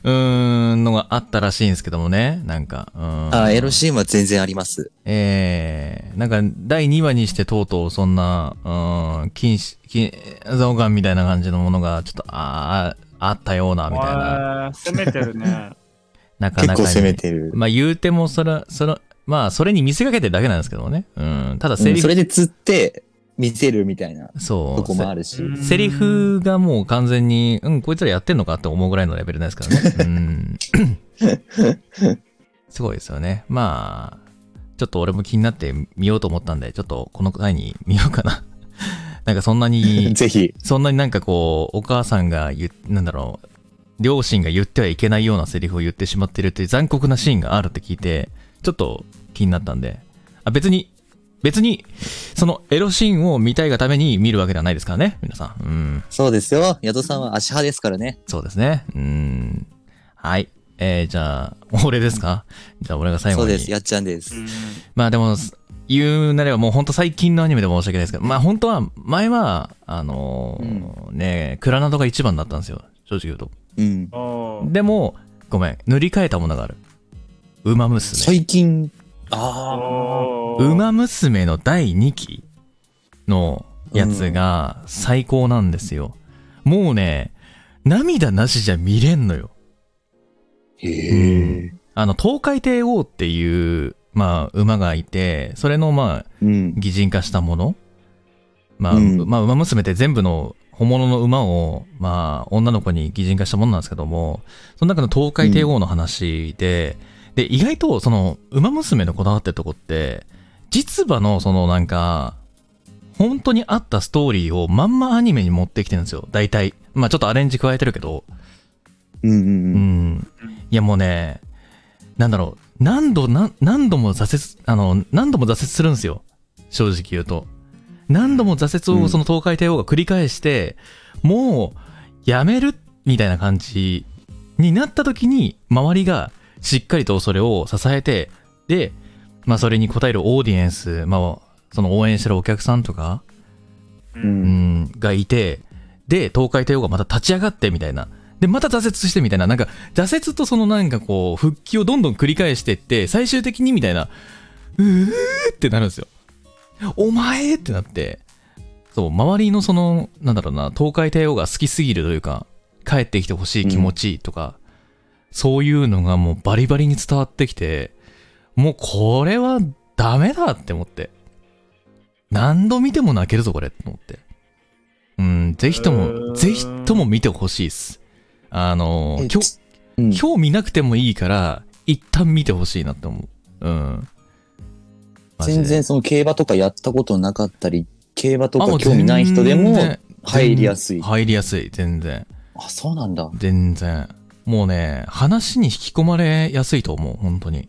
A: うーん、のがあったらしいんですけどもね、なんか。うーん
C: あ、エロシーンは全然あります。
A: えー、なんか、第2話にしてとうとうそんな、うーん、禁止、禁、ザオガンみたいな感じのものが、ちょっと、あーあったような、みたいな。
B: あー攻めてる ね。
A: なか
C: 結
A: なか
C: 構
A: に
C: 攻めてる。
A: まあ言うても、それ、それ、まあそれに見せかけてるだけなんですけどもね。うん。ただ
C: う
A: セ
C: ん
A: リ
C: そ
A: フ、
C: れで釣って見せるみたいな
A: そ
C: と
A: う
C: こもあるし。
B: うん
A: セ。セリフがもう完全に、うん、こいつらやってんのかって思うぐらいのレベルなんですからね。う ん。すごいですよね。まあ、ちょっと俺も気になって見ようと思ったんで、ちょっとこの回に見ようかな。なんかそんなに、
C: ぜひ。
A: そんなになんかこう、お母さんが言う、なんだろう、両親が言ってはいけないようなセリフを言ってしまってるという残酷なシーンがあるって聞いて、ちょっと気になったんで、あ、別に、別に、そのエロシーンを見たいがために見るわけではないですからね、皆さん。うん、
C: そうですよ。ヤドさんは足派ですからね。
A: そうですね。うん。はい。えー、じゃあ、俺ですかじゃあ俺が最
C: そ
A: 後
C: う
A: に。
C: です。やっちゃんで
B: う
C: す。
B: ん
A: まあでも、す言うなればもう本当最近のアニメで申し訳ないですけど、まあ本当は、前は、あのーね、クラナドが一番だったんですよ。正直言うと。
C: うん。
B: おー
A: でも、ごめん、塗り替えたものがある。ウマ娘。
C: 最近、ああ。
B: おー
A: ウマ娘の第2期のやつが最高なんですよ。もうね、涙なしじゃ見れんのよ。
C: へえ。
A: あの、東海帝王っていう、まあ、馬がいて、それの、まあ、
C: うん。
A: 擬人化したもの。まあ、
C: うん
A: まあ、馬娘って全部の本物の馬を、まあ、女の子に擬人化したものなんですけども、その中の東海帝王の話で、で、意外と、その、馬娘のこだわってるとこって、実馬の、その、なんか、本当にあったストーリーをまんまアニメに持ってきてるんですよ、大体。まあ、ちょっとアレンジ加えてるけど、
C: うんう
A: うんん。いや、もうね、なんだろう、何度、何何度も挫折、あの、何度も挫折するんですよ。正直言うと。何度も挫折
C: う
A: を
C: ん
A: その東海帝王が繰り返して、もう、やめる、みたいな感じになった時に、周りがしっかりとそれを支えて、で、まあ、それに応えるオーディエンス、まあ、その応援してるお客さんとか、
B: う
C: うん。
A: うんん、がいて、で、東海帝王がまた立ち上がってみたいな。で、また挫折してみたいな。なんか、挫折とそのなんかこう、復帰をどんどん繰り返していって、最終的にみたいな、うーってなるんですよ。お前ってなって、そう、周りのその、なんだろうな、東海帝王が好きすぎるというか、帰ってきてほしい気持ちとか、そういうのがもうバリバリに伝わってきて、もうこれはダメだって思って。何度見ても泣けるぞ、これって思って。うん、ぜひと
B: へー
A: も、ぜひとも見てほしいっす。あの、
C: え
A: 今日
C: ち、うん
A: 興味なくてもいいから、一旦見てほしいなって思う。うん。マジで
C: 全然その競馬とかやったことなかったり、競馬と
A: あも
C: か
A: う
C: 興味ない人で
A: 全
C: も
A: 然
C: 入りやすい。
A: 入りやすい、全然。
C: あ、そうなんだ。
A: 全然。もうね、話に引き込まれやすいと思う、本当に。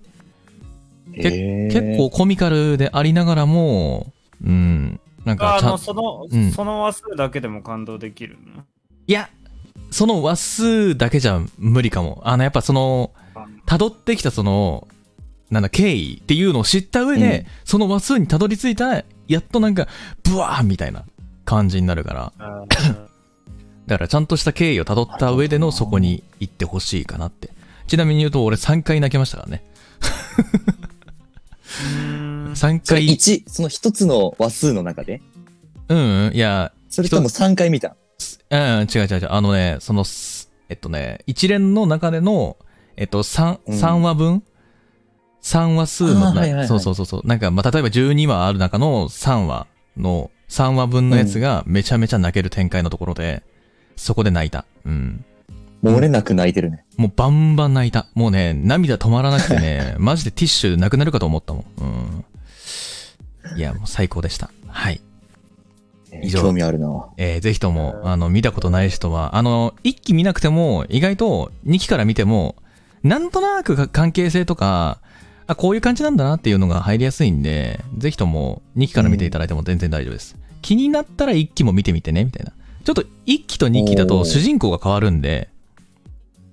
A: け
C: へー
A: 結構コミカルでありながらも、うん、なんか
B: あ
A: ちゃ
B: の
A: ん、
B: その、
A: うん
B: その話数だけでも感動できる の
A: いや、その話数だけじゃ無理かも。あの、やっぱその、辿ってきたその、なんだ、経緯っていうのを知った上で、
C: うん
A: その話数に辿り着いたら、やっとなんか、ブワーみたいな感じになるから。
B: あー
A: だからちゃんとした経緯を辿った上でのそこに行ってほしいかなって。ちなみに言うと俺3回泣きましたからね。
B: うーん
A: 3
C: それ
A: 回。
C: 1、その一つの話数の中で
A: うん、うん、いや、
C: それとも3回見た。
A: うん、違う違う違う。あのね、その、すえっとね、一連の中での、えっと、3、
C: うん
A: 三話分、三話数の
C: あ
A: な、
C: ーはいはいはい
A: そうそうそうそう。なんか、まあ、例えば12話ある中の3話の、3話分のやつがめちゃめちゃ泣ける展開のところで、そこで泣いた。うん。
C: 漏れなく泣いてるね。
A: もうバンバン泣いた。もうね、涙止まらなくて ね、マジでティッシュなくなるかと思ったもん。うん。いや、もう最高でした。はい。
C: え
A: 以
C: ー
A: 上
C: 興味あるな。
A: えーぜひとも、あの、見たことない人は、あの、1期見なくても、意外と2期から見ても、なんとなくか関係性とか、あ、こういう感じなんだなっていうのが入りやすいんで、ぜひとも2期から見ていただいても全然大丈夫です。気になったら1期も見てみてね、みたいな。ちょっと1期と2期だ
C: お
A: と
C: ー
A: 主人公が変わるんで、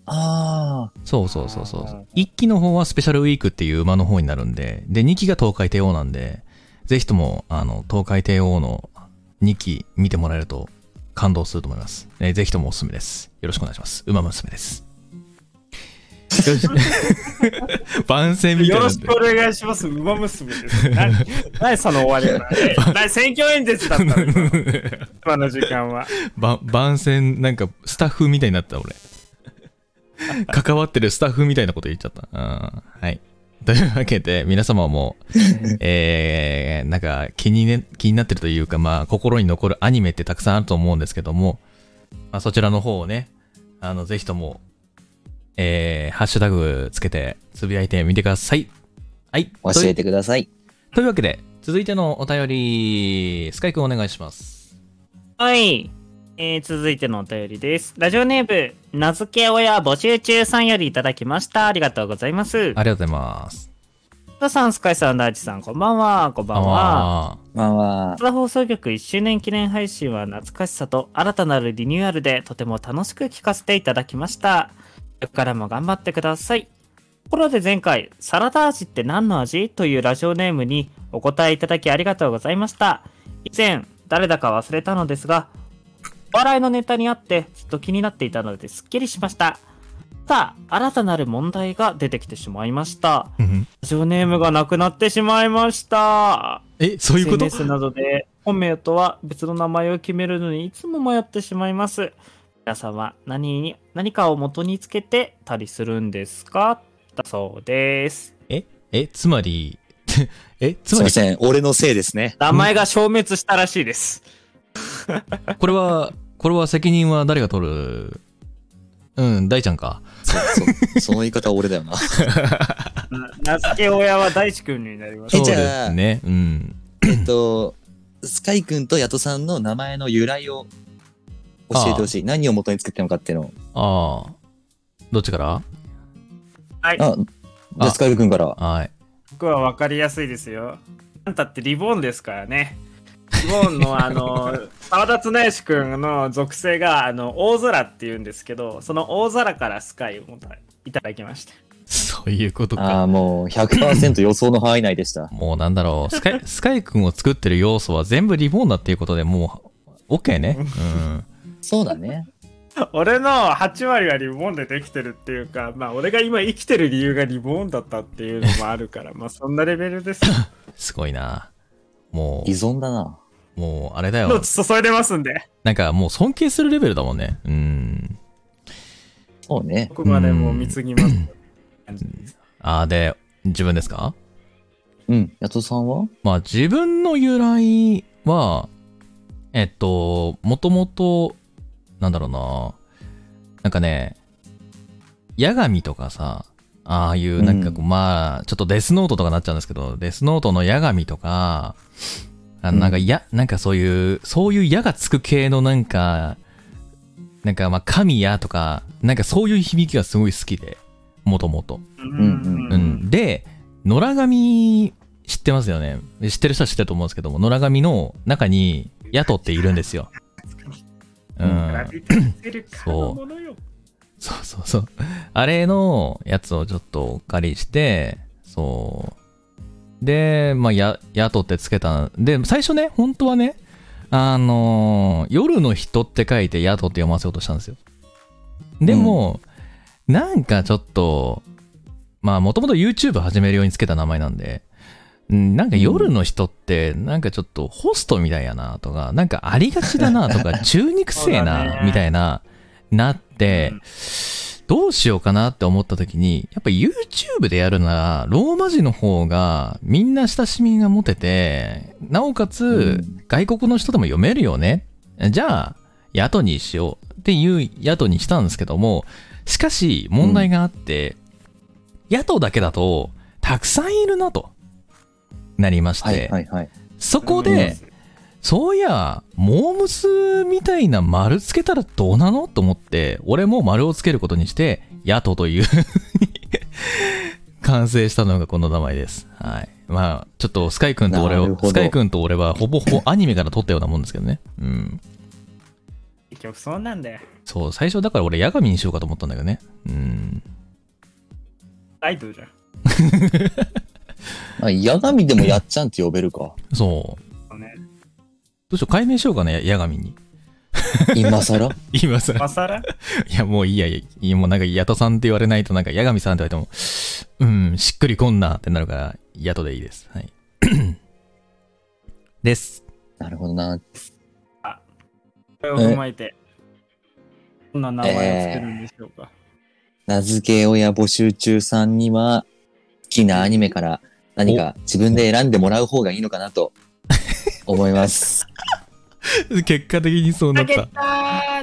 C: ああ、
A: そうそうそうそ
B: あー
A: う。1期の方はスペシャルウィークっていう馬の方になるんで、で、2期が東海帝王なんで、ぜひとも、あの、東海帝王の2期見てもらえると感動すると思います。えーぜひともおすすめです。よろしくお願いします。馬娘 です。よろしく。番宣みた
B: よ
A: いな
B: ろ
A: ん
B: し
A: で
B: くお。願いします。馬 娘です。何、何その終わり方。え何選挙演説 だったの今の今の時間は。
A: ば番宣、なんか、スタッフみたいになった、俺。関わってるスタッフみたいなこと言っちゃった。うん。はい。というわけで、皆様も、えー、なんか気に、ね、気になってるというか、まあ、心に残るアニメってたくさんあると思うんですけども、まあ、そちらの方をね、あの、ぜひとも、えー、ハッシュタグつけて、つぶやいてみてください。はい。
C: 教
A: とい
C: えてください。
A: というわけで、続いてのお便り、スカイくんお願いします。
B: はい、えー続いてのお便りです。ラジオネーム、名付け親募集中さんよりいただきました。ありがとうございます。
A: ありがとうございます。
B: 津田さん、スカイさん、ダーチさん、こんばんは。こんばんは。
A: あー
C: まあまあ
B: 津、田放送局1周年記念配信は懐かしさと新たなるリニューアルでとても楽しく聞かせていただきました。これからも頑張ってください。ところで前回、サラダ味って何の味というラジオネームにお答えいただきありがとうございました。以前、誰だか忘れたのですが、お笑いのネタにあってずっと気になっていたのですっきりしました。ただ、新たなる問題が出てきてしまいました。
A: うん
B: ラジオネームがなくなってしまいました。
A: え、そういうこと
B: SNS などで本名とは別の名前を決めるのにいつも迷ってしまいます。皆さんは何に何かを元につけてたりするんですかだそうです。
A: え、え、つまり、 え、つ
C: すい
A: ま
C: ま
A: り、
C: せん。俺のせいですね。
B: 名前が消滅したらしいです。
A: これは、これは責任は誰が取るうん、大ちゃんか。
C: そうそうその言い方は俺 だよな。
B: な名付け親は大地君になります
C: え。
A: そう
C: じゃあ
A: ですね。うん。
C: えっと、スカイ君とヤトさんの名前の由来を教えてほしい。何を元に作ったのかっていうのを。
A: ああ。どっちから
B: は
C: あ、
B: い、
C: じゃあ
A: あ
C: スカイ君から。
A: はい。
B: 僕は分かりやすいですよ。あんたってリボンですからね。リボンのあ の沢田綱吉君の属性があの大空っていうんですけど、その大空からスカイをいただきました。
A: そういうこと
C: あ
A: か。
C: あ、もう100%予想の範囲内でした。
A: もうなんだろう、スカイ、 スカイ君を作ってる要素は全部リボーンだっていうことでもう、OK ね。うん。
C: そうだね。
B: 俺の8割はリボンでできてるっていうか、まあ俺が今生きてる理由がリボンだったっていうのもあるから、まあそんなレベルです。
A: すごいな。も
C: 依存だな。
A: う、もう、あれだよ。
B: の注いでますんで。
A: なんかもう尊敬するレベルだもんね。うん。
C: そうね。
B: ここまでもう貢ぎます。感じです
A: あーで、自分ですか
C: うん。やとさんは
A: まあ自分の由来は、えっと、もともと、なんだろうな、なんかね、八神とかさ、ああいうなんかこう、まあ、ちょっとデスノートとかなっちゃうんですけど、デスノートの八神とか、あのなんか、や、なんかそういう、そういう矢がつく系のなんか、なんかまあ神矢とか、なんかそういう響きがすごい好きで、もともと。
B: うん
C: ん
A: う。ん、で野良神知ってますよね知ってる人は知ってると思うんですけども野良神の中に野党っているんですよ、う
B: ラ
A: ん、
B: ビタセルか
A: そう
B: のものよ。
A: そうそうそうあれのやつをちょっとお借りしてそうでまあや野党ってつけたで最初ね本当はねあのー夜の人って書いて野党って読ませようとしたんですよでも、なんかちょっとまあもともと YouTube 始めるようにつけた名前なんで、うんなんか夜の人ってなんかちょっとホストみたいやなとか、なんかありがちだなと か、中肉性え
B: そうだ
A: な
B: ね
A: みたいな、なって
B: うん、
A: どうしようかなって思った時に、やっぱ YouTube でやるなら、ローマ字の方がみんな親しみが持てて、なおか
C: う
A: つ
C: ん
A: 外国の人でも読めるよね。じゃあ、ヤトにしようっていうヤトにしたんですけども、しかし問題があって、野党だけだとたくさんいるなとなりまして、
C: はいはいはい。
A: そこ
B: うん
A: で、そういやモームスみたいな丸つけたらどうなのと思って俺も丸をつけることにして野党という完成したのがこの名前ですはいまあちょっとスカイ君と俺
C: なる
A: を
C: ほど
A: スカイ君と俺はほぼほぼアニメから撮ったようなもんですけどねうん
B: 結局そうなんだよ。
A: そう最初だから俺ヤガミにしようかと思ったんだけどねうん
B: アイドルじゃん。
C: まあ、矢神でもやっちゃんって呼べる か。
A: そう
B: そうね
A: どうしよう解明しようかねヤガミに
C: 今更
A: 今さ
B: まさら
A: いや、もういいや、いや、もうなんか、ヤトさんって言われないと、なんか、ヤガミさんって言われても、うん、しっくりこんなってなるから、ヤトでいいです。はい。 です。
C: なるほどな。
B: これを踏まえて、どんな名前をつけるんでしょうか。
C: 名付け親募集中さんには、好きなアニメから何か自分で選んでもらう方がいいのかなと思います。
A: 結果的にそうなった。
B: た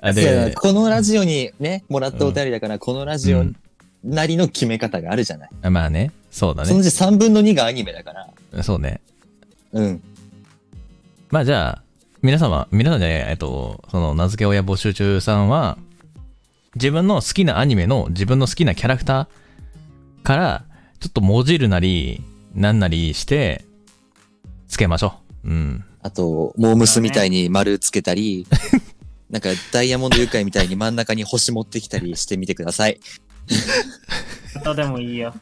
A: あ
C: いや
A: で、
C: このラジオにね、もらったお便りだから、このラジオなりの決め方があるじゃない。
A: うんまあね、そうだ
C: そのう
A: ね。
C: ち3分の2がアニメだから。
A: そうね。
C: うん。
A: まあじゃあ、皆様、皆様じゃねえ、えっと、その、名付け親募集中さんは、自分の好きなアニメの自分の好きなキャラクターから、ちょっともじるなり、なんなりして、つけましょう。うん。
C: あと、モームスみたいに丸つけたり、なんかダイヤモンド愉快みたいに真ん中に星持ってきたりしてみてください。
B: どうでもいいよ。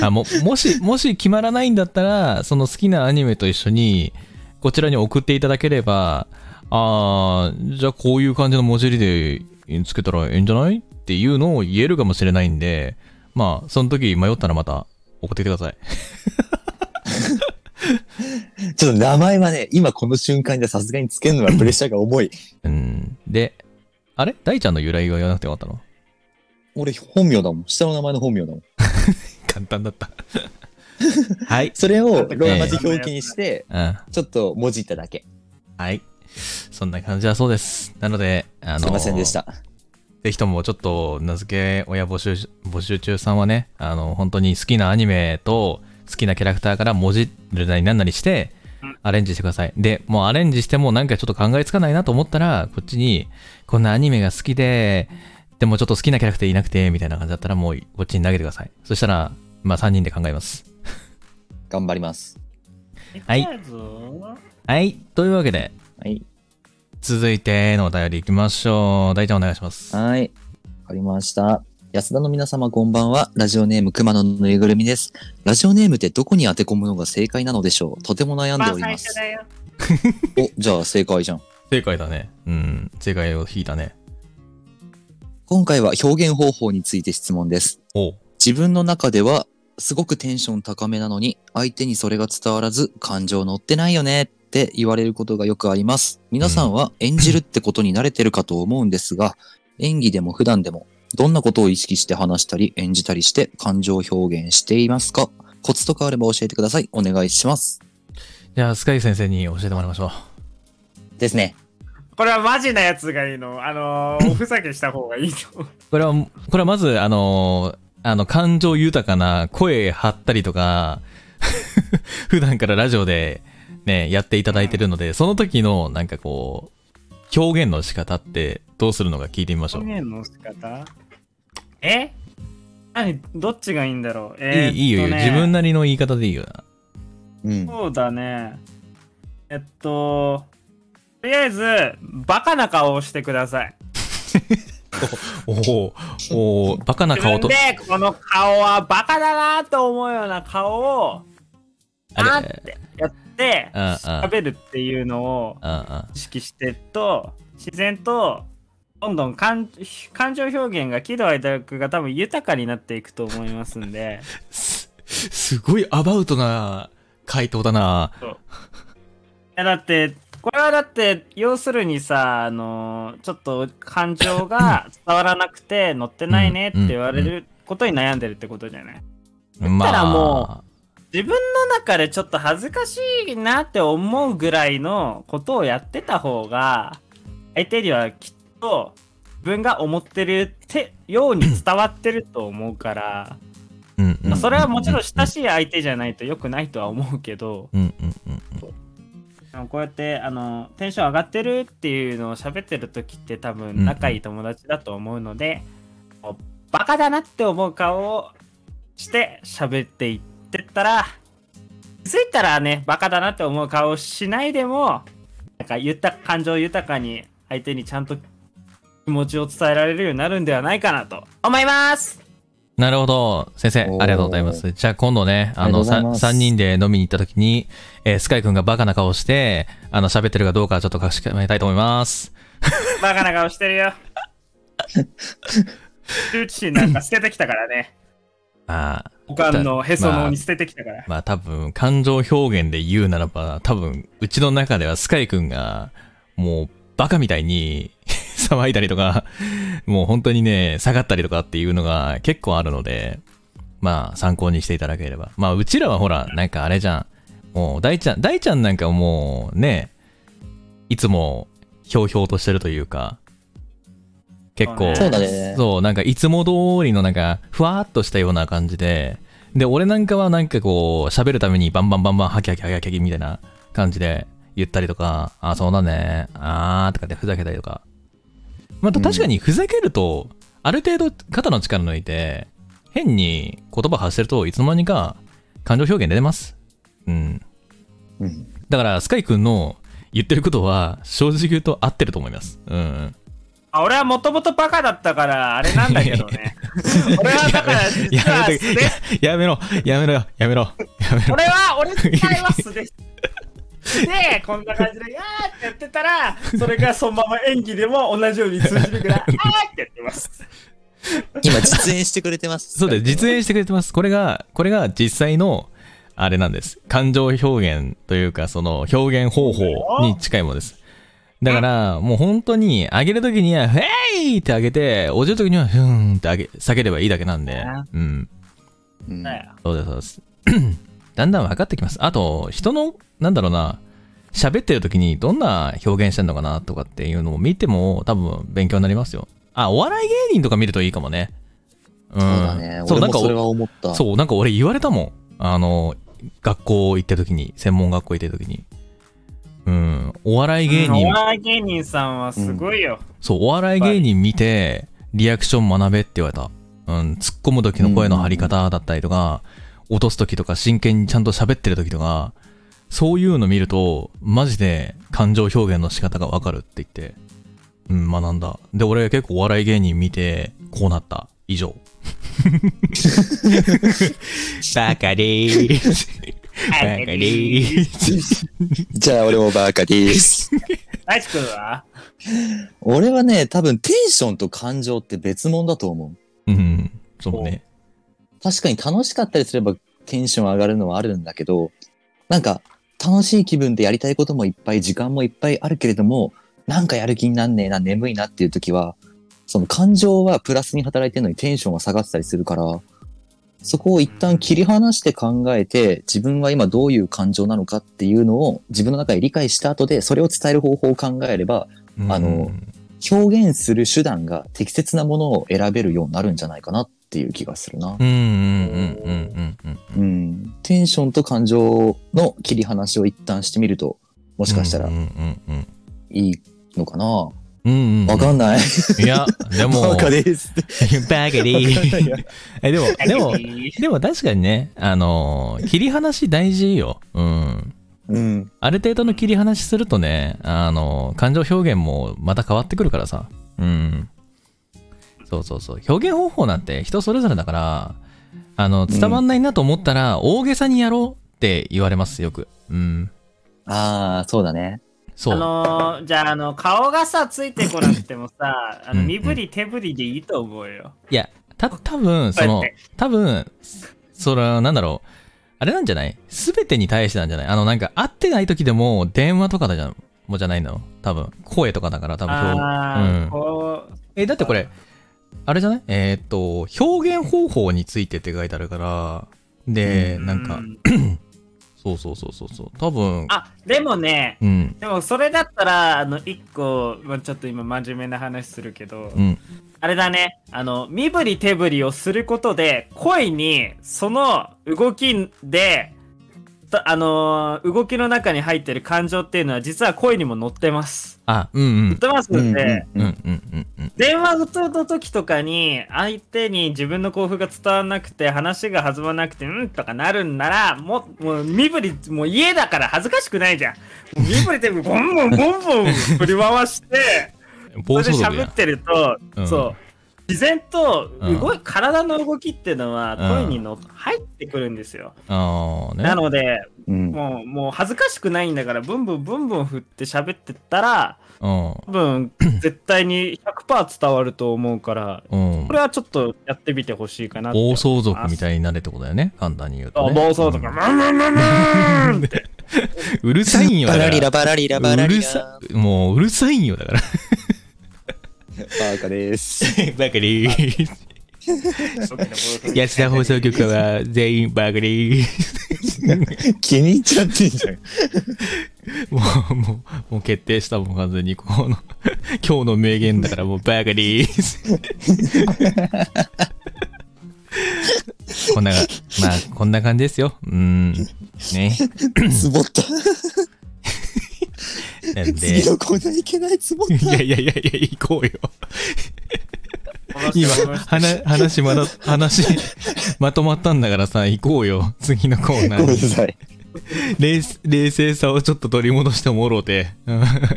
A: あももしもし決まらないんだったらその好きなアニメと一緒にこちらに送っていただければあーじゃあこういう感じの文字入りでつけたらいいんじゃないっていうのを言えるかもしれないんでまあその時迷ったらまた送ってきてください
C: ちょっと名前はね、今この瞬間じゃさすがにつけるのはプレッシャーが重い。
A: うんであれ大ちゃんの由来が言わなくてよかったの
C: 俺本名だもん。下の名前の本名だもん。
A: 簡単だった はい
C: それをローマ字表記にして、
A: うん
C: ちょっと文字っただけ。
A: はいそんな感じだそうですなのであの
C: すいませんでした。
A: ぜひともちょっと名付け親募集し募集中さんはね、あの、本当に好きなアニメと好きなキャラクターから文字るなりなんなりして
B: うん、
A: アレンジしてください。で、もうアレンジしてもなんかちょっと考えつかないなと思ったら、こっちに、こんなアニメが好きで、でもちょっと好きなキャラクターいなくて、みたいな感じだったらもうこっちに投げてください。そしたら、まあ3人で考えます。
C: 頑張ります。
A: はい
B: 行くぞ
A: はい。というわけで、
C: はい。
A: 続いてのお便り行きましょう。大ちゃんお願いします。
C: はい。わかりました。安田の皆様こんばんは。ラジオネーム熊野のぬいぐるみです。ラジオネームってどこに当て込むのが正解なのでしょうとても悩んでおります。
B: よ。
C: お、じゃあ正解じゃん。
A: 正解だね。うん。正解を引いたね。
C: 今回は表現方法について質問です。
A: おう。
C: 自分の中ではすごくテンション高めなのに相手にそれが伝わらず感情乗ってないよねって言われることがよくあります皆さんは演じるってことに慣れてるかと思うんですが、演技でも普段でも、どんなことを意識して話したり演じたりして感情表現していますかコツとかあれば教えてください。お願いします。
A: じゃあ、スカイ先生に教えてもらいましょう。
C: ですね。
B: これはマジなやつがいいの。あの ー、おふざけした方がいいと思う。
A: これは、これはまず、あの、あの、感情豊かな声張ったりとか、 普段からラジオでね、やっていただいてるので、その時の、なんかこう、表現の仕方ってどうするのか聞いてみましょう。
B: 表現の仕方え何どっちがいいんだろう
A: い
B: えーっとね
A: いいいよいいよ、自分なりの言い方でいいよな。
C: うん。
B: そうだね。えっと、とりあえず、バカな顔をしてください。
A: おおおおバカな
B: 自
A: 顔
B: 分
A: と
B: で、、この顔はバカだなと思うような顔を、あ
A: あ
B: ーっ
A: れ、
B: てやって、
A: うんうん
B: 喋るっていうのを
A: うんうん。
B: 意識してると、自然と、どんどん感感情表現が喜怒哀楽が多分豊かになっていくと思いますんで。
A: す、すごいアバウトな回答だな。
B: いやだってこれはだって要するにさあのーちょっと感情が伝わらなくて乗ってないねって言われ
A: うん
B: ることに悩んでるってことじゃない
A: ま
B: たら
A: あ
B: も、自分の中でちょっと恥ずかしいなって思うぐらいのことをやってた方が相手にはきっと自分が思ってるってように伝わってると思うから、
A: うんうん
B: まあそれはもちろん親しい相手じゃないと良くないとは思うけど、
A: うんうんうん
B: あのこうやってあのテンション上がってるっていうのを喋ってる時って多
A: うん
B: 分仲いい友達だと思うので、こうバカだなって思う顔をして喋っていってったら気づいたらねバカだなって思う顔をしないでもなんか言った感情豊かに相手にちゃんと気持ちを伝えられるようになるんではないかなと思います
A: なるほど。先生、あ
C: お
A: り
C: ー
A: がとうございます。じゃあ今度ね、あ
C: あり
A: の、
C: がとうござい
A: さ
C: ます
A: 三人で飲みに行った時に、えースカイ君がバカな顔して、あの、喋ってるかどうかちょっと確かめたいと思います。
B: バカな顔し てるよ羞恥心なんか捨ててきたから ね
A: ああ、
B: おかんのへその緒に捨ててきたから、
A: まあ多分、感情表現で言うならば、多分、うちの中ではスカイ君が、もう、バカみたいに 騒いだりとか、もう本当にね、下がったりとかっていうのが結構あるので、まあ、参考にしていただければ。まあ、うちらはほら、なんかあれじゃん。もう、大ちゃん、大ちゃんなんかもう、ね、いつも、ひょうひょうとしてるというか、結構、
C: そうだね。
A: そう、なんかいつも通りのなんか、ふわーっとしたような感じで、で、俺なんかはなんかこう、喋るためにバンバンバンバン、ハキハキハキハキみたいな感じで言ったりとか、あ、そうだね、あーとかでふざけたりとか。また
C: うん
A: 確かにふざけると、ある程度肩の力抜いて、変に言葉発してるといつの間にか感情表現出てます。うん。
C: うん。
A: だから、スカイ君の言ってることは、正直言うと合ってると思います。うん。
B: あ俺はもともとバカだったからあれなんだけどね俺はだから実は
A: やめ
B: 素
A: と
B: で
A: けややめろ、やめろよ、やめろ、やめろ。
B: 俺は俺自体は 素ですでこんな感じで「あー」ってやってたらそれがそのまま演技でも同じように通じるから「あー」ってやってます
C: 今実演してくれてます。
A: そうです、実演してくれてます。これが、これが実際の、あれなんです。感情表現というか、その表現方法に近いものです。だから、もう本当に、上げるときには、へいって上げて、落ちるときには、ふーんって上げ、下げればいいだけなんで、うん。
C: うん。
B: ね
A: そうです、そうです。 だんだん分かってきます。あと、人の、なんだろうな、喋ってる時にどんな表現してんのかなとかっていうのを見ても多分勉強になりますよ。あ、お笑い芸人とか見るといいかもね。うん。
C: そうだね。
A: そう、
C: 俺
A: なん
C: も
A: か
C: それは思った。
A: そう、なんか俺言われたもん。あの、学校行った時に、専門学校行った時に。うん、お笑い芸人
B: お、笑い芸人さんはすごいよ、
A: そう、お笑い芸人見て、リアクション学べって言われた。うん、突っ込む時の声の張り方だったりとか、落とす時とか、真剣にちゃんと喋ってる時とか、そういうの見ると、マジで感情表現の仕方がわかるって言って、うん、学んだ。で、俺結構お笑い芸人見て、こうなった。以上。バカでーす。バカでーす。
C: じゃあ俺もバカです。
B: 大地君は
C: 俺はね、多分テンションと感情って別物だと思う。
A: うん、そうね。
C: 確かに楽しかったりすればテンション上がるのはあるんだけど、なんか楽しい気分でやりたいこともいっぱい、時間もいっぱいあるけれども、なんかやる気になんねえな、眠いなっていう時は、その感情はプラスに働いてるのにテンションが下がってたりするから、そこを一旦切り離して考えて、自分は今どういう感情なのかっていうのを自分の中で理解した後で、それを伝える方法を考えれば、
A: うん
C: あの表現する手段が適切なものを選べるようになるんじゃないかなっていう気がするな
A: う。んうんうんうんうんうん
C: うん。テンションと感情の切り離しを一旦してみると、も
A: も
C: しかしたら
A: うん
C: い
A: うんうん
C: いのかなわ、
A: うんうんうん
C: かんない。
A: いやでも
C: バカです。
A: バカでいいえでもでも
B: はい
A: でも確かにねあのー切り離し大事ようん
C: うん。
A: ある程度の切り離しするとね、あの、感情表現もまた変わってくるからさ。うん。そうそうそう。表現方法なんて人それぞれだから、あの、伝わんないなと思ったら、大げさにやろうって言われます、よく。うん。
C: ああ、そうだね。
A: そう。
B: あのー、じゃあ、あの、顔がさ、ついてこなくてもさ、あの、
A: うん
B: 身振り手振りでいいと思うよ。
A: いや、た、多 分そ
B: こ
A: の
B: うやっ、
A: 多分それは、なんだろう。あれなんじゃないすべてに対してなんじゃないあの、なんか、会ってない時でも、電話とかだじゃん、もうじゃないの多分声とかだから、多分表
B: ああ、
A: うん
B: こう、
A: え、だってこれ、あれじゃないえーっと、表現方法についてって書いてあるから、で、なん
B: う
A: か、そうそうそうそうそう、多分、
B: あ、でもね、
A: うん、
B: でもそれだったら、あの、一個、まあ、ちょっと今真面目な話するけど、
A: うん、
B: あれだね、あの、身振り手振りをすることで、声に、その動きで、たあのー動きの中に入ってる感情っていうのは、実は声にも乗ってます。
A: あ、うんう
B: 乗っ
A: ん、
B: てます
C: う
B: ので、
C: ん
A: うんうんうんうん、
B: 電話の時とかに相手に自分の興奮が伝わらなくて話が弾まなくてうんとかなるんならもうもう身振りもう家だから恥ずかしくないじゃんもう身振りでボンボンボンボン振り回してそ
A: 暴
B: れで
A: 走族
B: 喋
A: や
B: ってると、
A: うん
B: そう自然と
A: うん
B: 動い、体の動きっていうのは
A: うん
B: 声にの、入ってくるんですよ、
A: ああ、ね。
B: なので
C: うん。
B: もうもう恥ずかしくないんだからブンブンブンブン振って喋ってったら
A: う
B: 多分絶対に100%伝わると思うから
A: ん、うん
B: こ。れはちょっとやってみてほしいかなって
A: 暴走族みたいになれってことだよね、簡単に言うと、
B: あ
A: ね。
B: 暴走族、ムンムンムンムーンって
A: うんうるさいんよ、
D: バ
A: だか
D: ラリラ
A: ら。
D: バラリラバラ
A: う
D: リ
A: る
D: ラ。
A: さ、もううるさいんよ、だ から。
C: バカです。
A: バカリー。 安田放送局は全員バカリー。
C: 気に入っちゃってんじゃ ん。
A: もう、もう、もう決定したもん、完全に。この、 今日の名言だから、もう、バカリー こんな、まあ、こんな感じですよ。うん。ね。
C: つぼ った。
A: なんで。い
C: 次のコーナーいけないつぼっ
A: や
C: た。
A: いやいやいや、行こうよ。今、
B: 今
A: 話、話まだ、話、まとまったんだからさ、行こうよ。次のコーナ
C: ごめん
A: ー
C: な
A: に。
C: さい。
A: 冷静冷静さをちょっと取り戻してもろうて。うん
C: は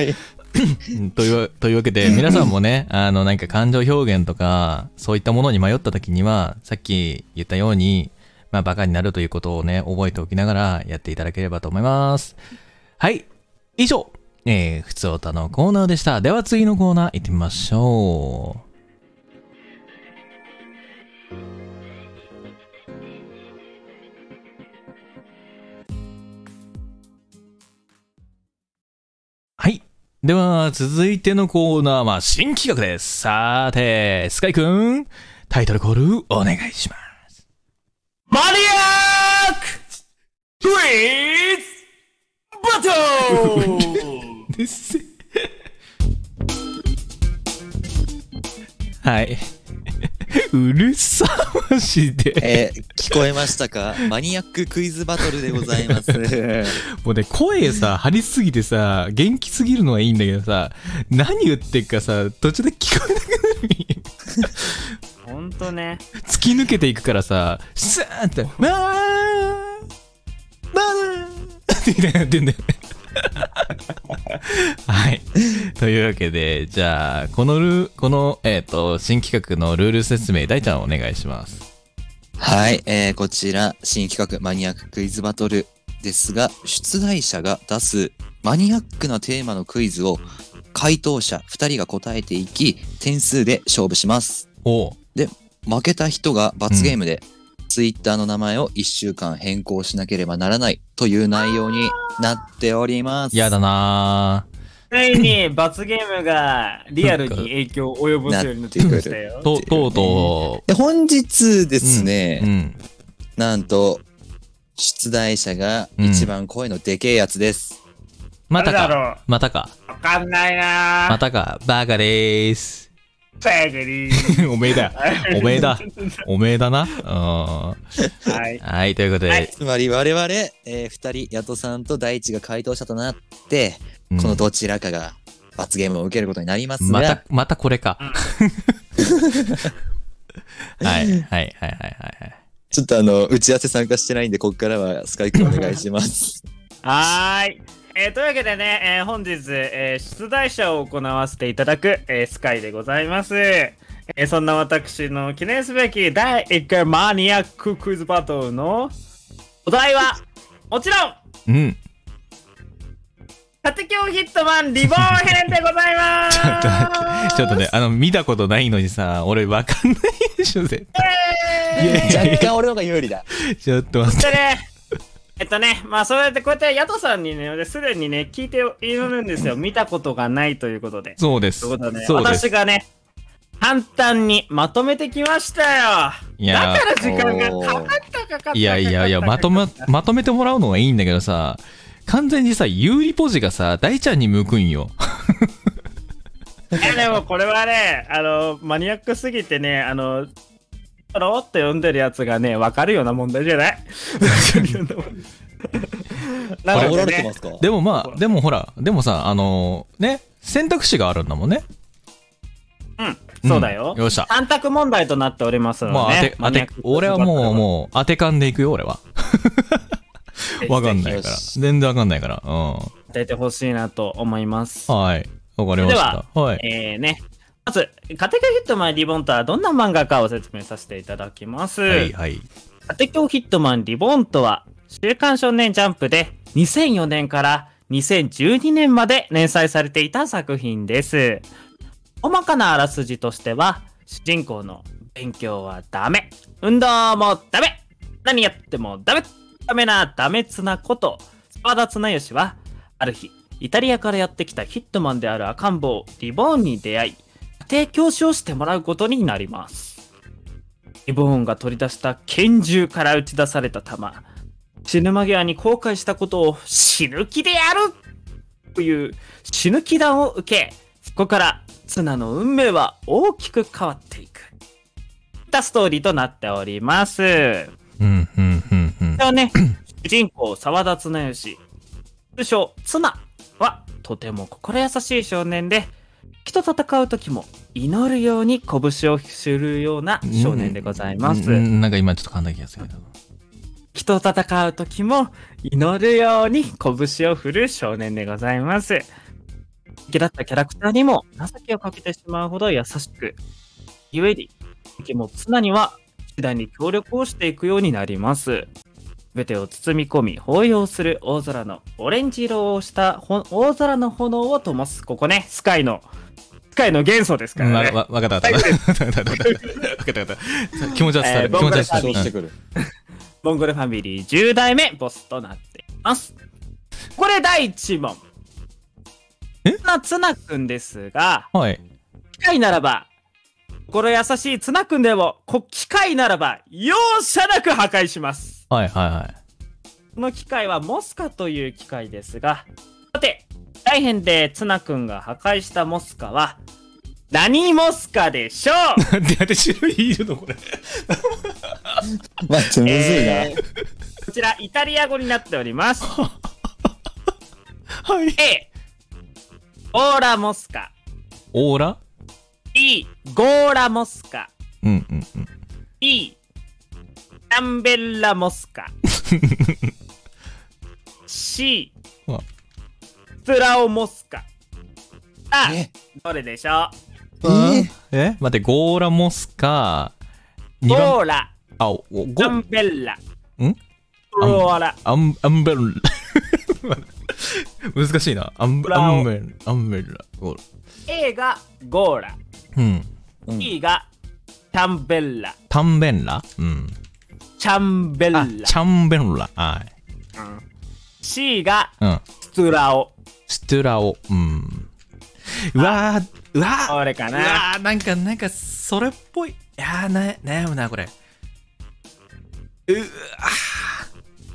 C: い。
A: うん というわというわけで皆さんもねあのなんか感情表現とかそういったものに迷った時にはさっき言ったように、まあ、バカになるということをね覚えておきながらやっていただければと思いますはい以上えー、ふつおたのコーナーでしたでは次のコーナー行ってみましょうはいでは、続いてのコーナーは新企画です。さーて、スカイくん、タイトルコールお願いします。
B: マニアッククイズバト
A: はい。うるさましで。
C: えー聞こえましたかマニアッククイズバトルでございます。
A: もうね、声さ、張りすぎてさ、元気すぎるのはいいんだけどさ、何言ってっかさ、途中で聞こえなくなる。
B: ルほんとね
A: 突き抜けていくからさ、スーンって、わーバーってみたいになってんだよね。 はい。というわけで、じゃあ、このルー、この、えっ、と、新企画のルール説明、大ちゃんお願いします。
C: はい、えーこちら、新企画マニアッククイズバトルですが、出題者が出すマニアックなテーマのクイズを、回答者2人が答えていき、点数で勝負します。
A: おう。
C: 負けた人が罰ゲームで、ツイッターの名前を1週間変更しなければならないという内容になっております。
A: やだなぁ。
B: ついに罰ゲームがリアルに影響を及ぼすようになってきましたよ。
A: と、とうと
C: で、本日です
A: う、う
C: ね、
A: ん。
C: なんと、出題者が一番声のでけえやつです。
A: また
B: 誰だ
A: か。
B: ろ
A: またか。
B: うわかんないな
A: ま
B: ぁ。
A: たか。バカでーす。
B: ペグリー。
A: おめえだ。おめえだ。おめえだな。うん。
B: はい。
A: はい、ということで、
B: はい
C: つまり我々、えー、2人、ヤトさんと大地が回答者となって、
A: うん
C: このどちらかが罰ゲームを受けることになりますが、
A: また、またこれか。 はい、はい、はい、はい、はい。
C: ちょっとあの、打ち合わせ参加してないんで、ここからはスカイ君お願いし ます。
B: はーい。えーというわけでね、えー本日、えー出題者を行わせていただく、えースカイでございます。えーそんな私の記念すべき第1回マニアッククイズバトルのお題は、もちろん、
A: うん。
B: 縦強ヒットマンリボーン編でございま す
A: ちょっと待って、ちょっとね、あの、見たことないのにさ、俺わかんないでしょ、絶対。
B: え
A: い
B: ー
A: やいやい
C: 若
A: や
C: 干俺の方が有 利だ。
A: ちょっと待っ
B: そ
A: て。
B: れで、えっとね、まあそうやってこうやってヤトさんにね、すでにね、聞いているんですよ。見たことがないということで。
A: そうです。
B: ということで、ね、
A: そうです。
B: 私がね、簡単にまとめてきましたよ。
A: いや
B: だか、ら時間がかかったかかった。
A: いやいやいや、まとめ、まとめてもらうのはいいんだけどさ、完全にさ、有利ポジがさ、大ちゃんに向くんよ。
B: いやでもこれはね、あの、マニアックすぎてね、あの、ロロって読んでるやつがね、わかるような問題じゃないな
C: あ
B: の
C: 煽ら
B: で
C: れて
B: ね
C: ますか
A: でもまあ、でもほら、でもさ、あのね、選択肢があるんだもんね。
B: うん、そうだよ。
A: よっしゃ。
B: 三択問題となっておりますの
A: まあ、当
B: で、
A: て
B: ね、、
A: 当て、俺はもう、もう、当て勘でいくよ、俺は。
B: う
A: わかんない
C: ぜ
A: から。
C: ひ
A: 全然わかんないから。う
B: 出てほしいなと思います。
A: ん。はい。わかりました。はい。
B: えーね、まず、カテキョヒットマンリボンとはどんな漫画かを説明させていただきます。
A: はい、はい。
B: カテキョヒットマンリボンとは、週刊少年ジャンプで2004年から2012年まで連載されていた作品です。細かなあらすじとしては、主人公の勉強はダメ、運動もダメ、何やってもダメ、ダメなダメツなこと、沢田綱吉は、ある日、イタリアからやってきたヒットマンである赤ん坊、リボーンに出会い、家庭教師をしてもらうことになります。リボーンが取り出した拳銃から撃ち出された弾。死ぬ間際に後悔したことを死ぬ気でやるという死ぬ気弾を受け、そこからツナの運命は大きく変わっていく。といったストーリーとなっております。で
A: うん、うん、うん、うん。
B: はね、主人公沢田綱吉、通称ツナはとても心優しい少年で、敵と戦う時も祈るように拳を振るうような少年でございます。
A: うんうんなんか今ちょっと噛んだ気がするけど。
B: 人と戦う時も祈るように拳を振る少年でございます。敵だったキャラクターにも情けをかけてしまうほど優しく、ゆえに敵も綱には次第に協力をしていくようになります。全てを包み込み抱擁する大空のオレンジ色をしたほ大空の炎を灯す。ここね、スカイの、スカイの元素ですか
A: うんわ
B: らね。
A: わわかったわかったわかったわかったわかったわかった気持ちは伝わ
B: え
A: る
B: ー
A: 気持ちは伝
C: そう
A: わ
C: し
A: る
C: てくる。
B: モンゴルファミリー10代目ボスとなっています。これ第1問。
A: え
B: ツナツナくんですが、
A: うんはい
B: 機械ならば、心優しいツナくんでも、こ機械ならば、容赦なく破壊します。
A: はいはいはい
B: この機械はモスカという機械ですが、さて、大変でツナくんが破壊したモスカは、何モスカでしょう
A: なんで私よりいるのこれ
C: 待 って、むずいな。
B: えーこちらイタリア語になっております。
A: はい
B: A、オーラモスカ。
A: オーラ
B: E、ゴーラモスカ。
A: うんうんうん
B: E、キャンベッラモ スカ。C
A: うわ、
B: スラオモスカ。さあ
C: え、
B: どれでしょ
C: えー
A: え待ってゴーラモスか
B: う
A: 二番
B: ゴーラ、
A: あおゴ
B: キャンベッラ。
A: ん
B: ゴーラ、
A: アンアンベル 難しいなアン
B: ブラ
A: ア
B: オ
A: ンベルアンベルラゴーラ
B: A がゴーラ。
A: うん
B: E がキャンベッラ。
A: タンベンラうん
B: チャンベ
A: あ
B: ッラ
A: チ。ャンベンラはい
B: C が
A: うん
B: ストゥラオ。
A: ストゥラオうんうわー、うわー、
B: これか
A: う
B: な。
A: わー、なんか、なんか、それっぽい。いやー、な、悩むな、これ。うわー。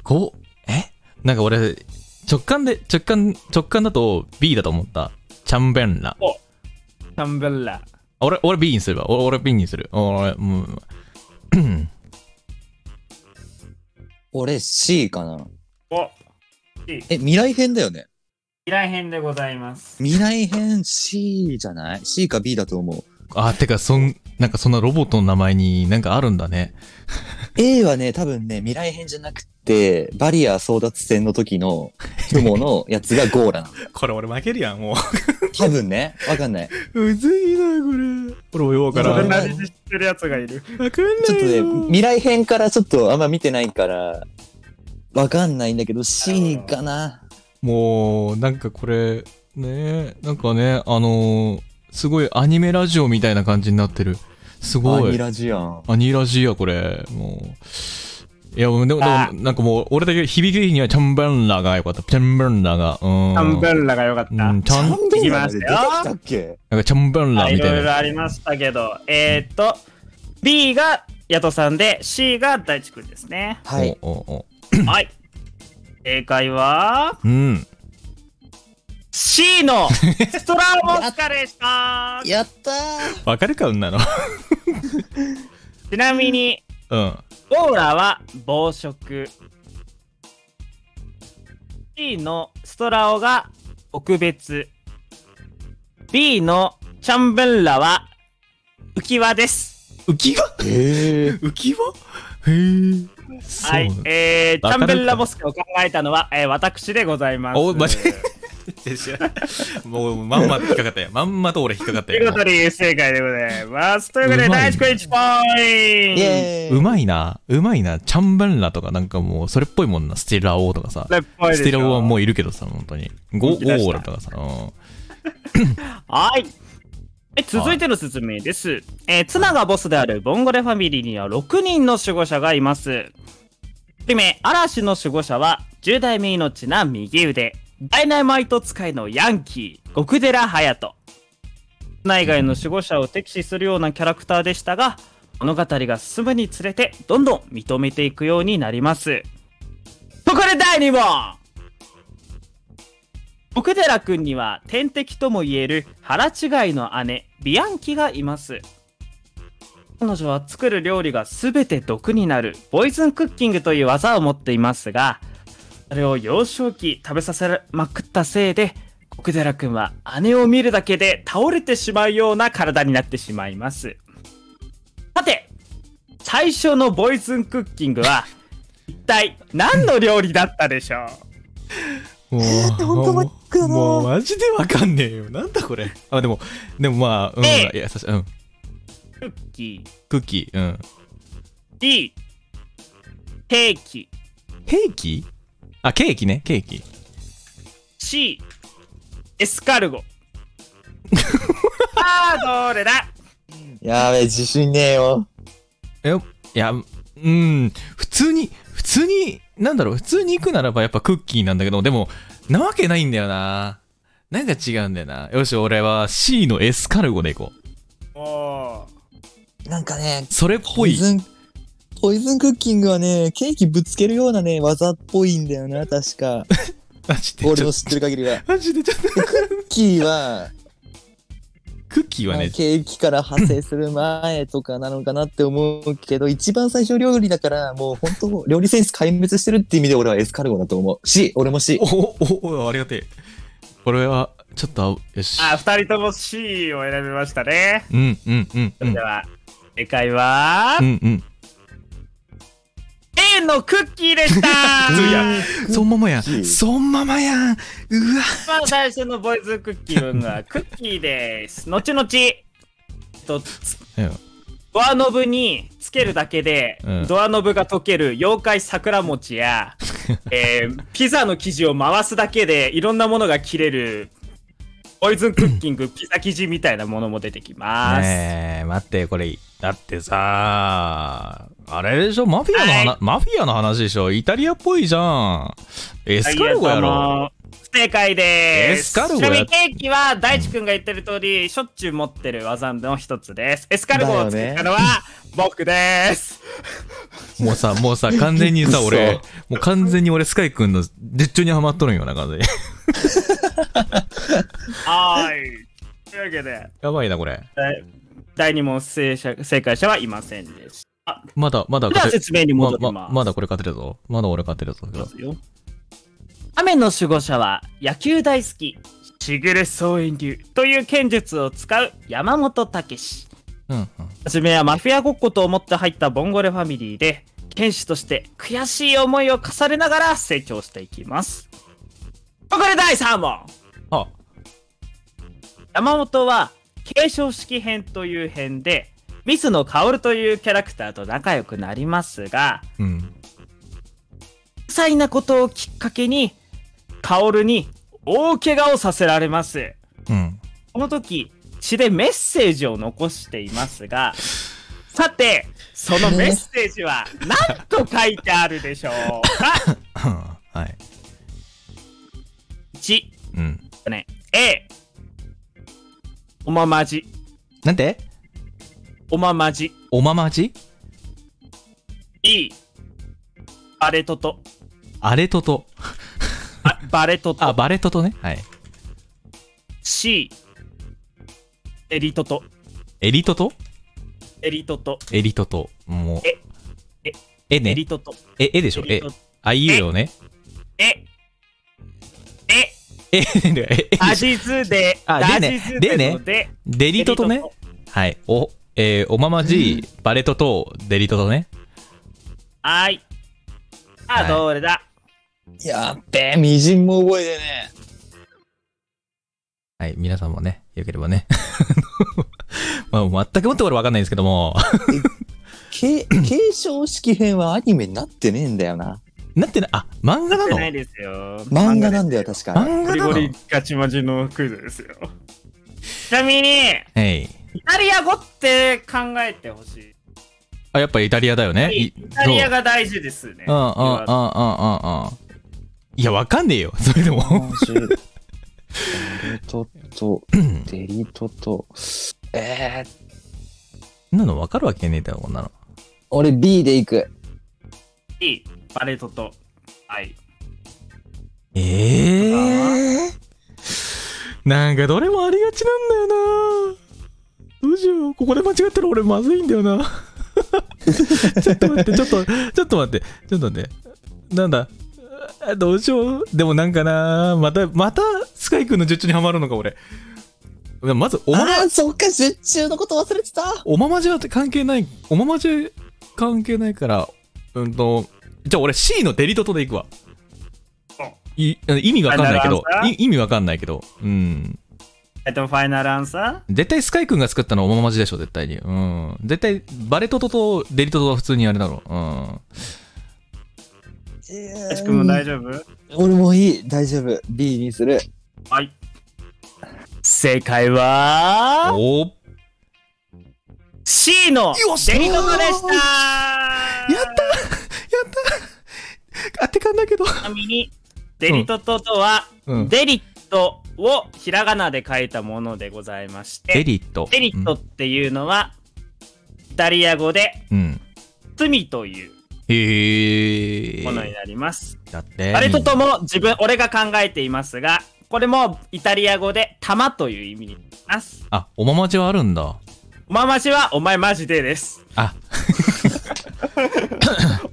A: こう、えなんか俺、直感で、直感、直感だと B だと思った。チャンベンラ。
B: チャンベラ。
A: 俺、俺 B にすれば。俺、俺 B にする。俺、もうん。
C: 俺 C かな。
B: お
C: え、未来編だよね。
B: 依頼編でございます。
C: 未来編 C じゃない ?C か B だと思う。
A: あ、てか、そん、なんかそんなロボットの名前になんかあるんだね。
C: A はね、多分ね、未来編じゃなくて、バリア争奪戦の時の雲のやつがゴーラ なの。
A: これ俺負けるやん、も
C: 多分ね、わかんない。
A: う。むずいな、これ。俺もよう
C: わ
A: か
C: から
A: ら
C: ん
A: ん。
B: 同
A: わ
B: じ知ってるやつがいる。
A: かん
C: ちょっと
A: ない
C: ね
A: よ、。
C: 未来編からちょっとあんま見てないから、わかんないんだけど、C かな。
A: もうなんかこれねなんかねあのーすごいアニメラジオみたいな感じになってるす
C: ア
A: ご
C: ニ
A: い
C: ラジアン。
A: アニラジやこれもういやでもでも
B: あ
A: なんかもう俺だけ響きにはチャンベンラが良かったチャンベンラがうん
B: チャンベラが良かっ
A: う
B: た
A: ん。チャン
C: ンベラで出てきたっけ。
A: なんかチャンベンラ
B: はい、い
A: みた
B: ろい
A: いな
B: ろありましたけど、えー、っと、B がヤトさんで、C が大地くんです ね
C: はい。
A: おおお
B: はい。正解は、
A: うん
B: C のストラーモスカでした。
C: やったー
A: わかるかうんなの
B: ちなみに、
A: うん
B: ゴーラは暴食。C のストラオが奥別。B のチャンベンラは浮き輪です。
A: 浮き輪
C: えー、
A: 浮き輪へえそう
B: はい、えー、
A: わ
B: チ
A: かるか
B: ャンベンラモスカを考えたのは、えー、私でございます。
A: おマジ
B: とい
A: もうまんま引っかかったよまんまと俺引っかかった
B: う
A: よ
B: ことで正解でございます。ということ
A: う
B: で、
A: まい
B: 大地君1ポイン
C: イ
B: ト
C: エーイ
A: うまいな、うまいな、チャンバンラとかなんかもう、それっぽいもんな、ステラオとか さ。
B: それっぽいでしょ
A: ステラオはもういるけどさ、本当に。ゴ
B: 本気出した
A: ゴーラとかさ。うん
B: はい。え続いての説明です、えーツナがボスであるボンゴレファミリーには6人の守護者がいます。1人目、嵐の守護者は10代目命な右腕、ダイナマイト使いのヤンキー、極寺隼人。内外の守護者を敵視するようなキャラクターでしたが、物語が進むにつれてどんどん認めていくようになります。そこで第2問奥寺君には天敵とも言える腹違いの姉ビアンキがいます彼女は作る料理が全て毒になるポイズンクッキングという技を持っていますがそれを幼少期食べさせまくったせいで奥寺君は姉を見るだけで倒れてしまうような体になってしまいますさて最初のボイズンクッキングは一体何の料理だったでしょう
A: もう、もう、もうマジでわかんねえよ。なんだこれ。あ、でも、でもまあ、うん、
B: え
A: いや、さし、うん。
B: クッキー
A: クッキー、うん。
B: D ケーキ
A: ケーキあ、ケーキね、ケーキ。
B: C エスカルゴさ あどれだ
C: やべ、自信ねえよ。
A: え、いや、うん、普通に、普通に、なんだろう、普通に行くならばやっぱクッキーなんだけど、でも、なわけないんだよな。なんか違うんだよな。よし、俺は C のエスカルゴで行こう。
B: お
C: なんかね、
A: それっぽ
C: ポイ
A: い。
C: ズン、ポイズンクッキングはね、ケーキぶつけるようなね、技っぽいんだよな、確か。
A: マジで、
C: 俺
A: ちょ
C: の
A: っと、
C: 知ってる限りは。
A: マジでちょっと、
C: キーは、
A: クッキーはね、
C: ケーキから派生する前とかなのかなって思うけど、一番最初料理だから、もう本当、料理センス壊滅してるって意味で俺はエスカルゴだと思う。し、俺もし
A: お、。お、お、お、ありがてえ。これは、ちょっと、よし。
B: あ二人とも C を選びましたね、
A: うん、うん、うん、うん。
B: では正解は、
A: うん、うん。
B: A のクッキーでした
A: そうやそんままやん。そんままやん。うわ。
B: 一番最初のボイズクッキーはクッキーです 後々えっと
A: うん
B: ドアノブにつけるだけで、
A: うん
B: ドアノブが溶ける妖怪桜餅 や、えーピザの生地を回すだけでいろんなものが切れるポイズンクッキングピザ生地みたいなものも出てきます。
A: ねえ、待って、これ、だってさ、あれでしょ、マフィアの話、
B: は
A: マフィアの話でしょ、イタリアっぽいじゃん。エスカルゴやろ。
B: あいやその正解で
A: エス
B: す。
A: カルゴ
B: ち
A: や
B: なみにケーキは大地くんが言ってる通り、しょっちゅう持ってる技の一つです。エスカルゴを作ったのは僕です。
A: もうさ、もうさ、完全 にさ、
C: 嘘
A: 俺、もう完全に俺、スカイ君の術中にはまっとるんよな、感じ。
B: はーい。というわけで、
A: やばいな、これ。
B: 第第2問正者正解者はいませんでした。
A: まだ、まだ
B: では
A: 勝て、
B: 説明に
A: ま
B: 戻ります。
A: ままだこれ勝てるぞ。まだ俺勝てるぞ。
B: 雨の守護者は野球大好きしぐれ総遠流という剣術を使う山本武史
A: うん、うん。
B: 初めはマフィアごっこと思って入ったボンゴレファミリーで剣士として悔しい思いを重ねながら成長していきますここで第3問
A: あ、
B: 山本は継承式編という編でミスの薫というキャラクターと仲良くなりますが
A: うん。
B: 些細なことをきっかけに薫に大怪我をさせられます
A: うん。
B: この時血でメッセージを残していますがさてそのメッセージは何と書いてあるでしょう か
A: はい。
B: 1
A: うん。
B: ね A おままじ
A: なんて
B: おままじ
A: おままじ
B: B バレトト
A: アレトト。
B: あバレト
A: あ、
B: ト
A: バレトトね。はい。
B: C エリトト
A: エリトト
B: エリトト
A: エリトト。もう。
B: ええ、
A: え
B: エ
A: ね
B: リ。トト
A: え、えでしょ。
B: エリ
A: え
B: ト、
A: あいうえをね。
B: ええ
A: え、え、え、
B: ラジズで、
A: あ
B: ラ
A: で
B: ジ
A: ね
B: ズ
A: で
B: で
A: ね
B: ので、
A: デリトトね
B: デリト。
A: はい。お、えーおままじ、バレトト、デリトトね。
B: はーい。さ
A: は
B: あ、
A: い
B: どれだ
C: やっべえ、みじんも覚えてね
A: はい。皆さんもね、よければね。 まあ、全くもって俺わかんないんですけども。
C: え。け継承式編はアニメになってねえんだよな。
A: なってな、あ、漫画な
B: じゃ
A: の
B: ないですよ。
C: 漫画なんだよ、
B: です
C: 確か。
A: 漫
B: ゴ
A: 画
B: リ
A: な
B: ゴリ
A: の
B: ガチマジのクイズです よ。ちなみに、
A: はい。
B: イタリア語って考えてほし
A: あ、やっぱイタリアだよね。
B: い。イタリア
A: が。
B: が大事ですね。
A: うんうんうんうんうん
B: あ。
A: うん。いや、わかんねえよ。それでも。
C: デリトと、デリトと、えー、
A: そんなのわかるわけねえだろ、こんなの。
C: 俺 B で行く。
B: B、バレトと。はい。
A: ええなんかどれもありがちなんだよなどうしようここで間違ったら俺まずいんだよな ちょっと待ってちょっとちょっと待ってちょっと待ってなんだあどうしようでもなんかなまたまたスカイ君の術中にはまるのか俺でもまずおま
C: ああ、そっか、出中のこと忘れてた。
A: おままじは関係ないおままじ関係ないからうんとじゃあ俺 C のデリトトでいくわ
B: お
A: い意味わかんないけど
B: ファイナルアンサー
A: い意味わかんないけどうん
B: えっと、ファイナルアンサ
A: 絶対スカイ君が作ったのはおままじでしょ絶対にうん絶対バレトトとデリトトは普通にあれだろううん
B: ー大地君も大丈夫
C: 俺もいい、大丈夫。B にする。
B: はい。正解は、
A: おお
B: C の
A: よっしゃ
B: デ
A: ー
B: リトトでした
A: やったやった当てかんだけど
B: ちなみに、デリトトとは、
A: うん
B: デリットをひらがなで書いたものでございまして、
A: デ
B: デリ
A: リト
B: ットっていうのは、イタリア語で
A: うん、うん
B: 罪という
A: へえ
B: ものになります。
A: だって
B: バレトトも自分、俺が考えていますが、これもイタリア語で玉という意味になります。
A: あおままじはあるんだ
B: おままじはお前マジでです。
A: あ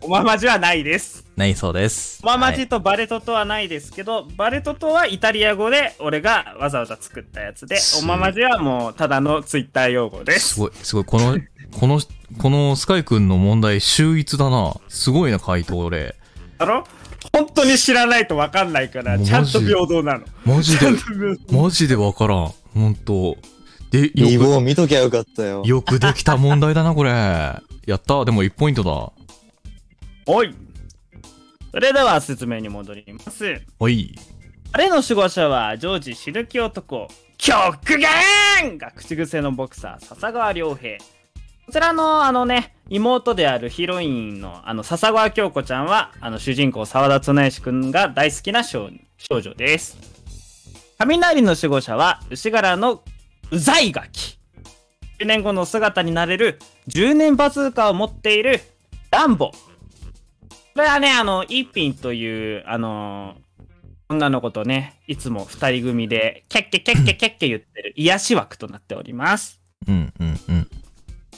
B: おままじはないです。
A: ないそうです
B: おまま
A: はい
B: じとバレトトはないですけど、バレトトはイタリア語で俺がわざわざ作ったやつで、おままじはもうただのツイッター用語です
A: す。ごい、すごい。この、この、このスカイ君の問題、秀逸だな。すごいな、回答俺。
B: だろ本当に知らないと分かんないから、
A: マジ
B: ちゃんと平等なの。
A: マジ
B: ち
A: で
B: ゃん、と平等
A: マジでわからん。ほんと。で、
C: リ
A: よ
C: ボン見ときゃよかったよ
A: く、。よくできた問題だな、これ。やった。でも1ポイントだ。
B: おい。それでは説明に戻ります。
A: はい。
B: 彼の守護者は、常時死ぬ気男、極限が口癖のボクサー、笹川良平。こちらの、あのね、妹であるヒロインの、あの、笹川京子ちゃんは、あの、主人公、沢田恒志くんが大好きな少女少女です。雷の守護者は、牛柄のうざいガキ。10年後の姿になれる、10年バズーカを持っている、ランボ。これはね、あの、イッピンという、あのー女の子とね、いつも二人組で、キャッキャキャッキャキャッキャ言ってる癒し枠となっております。
A: うんうんうん。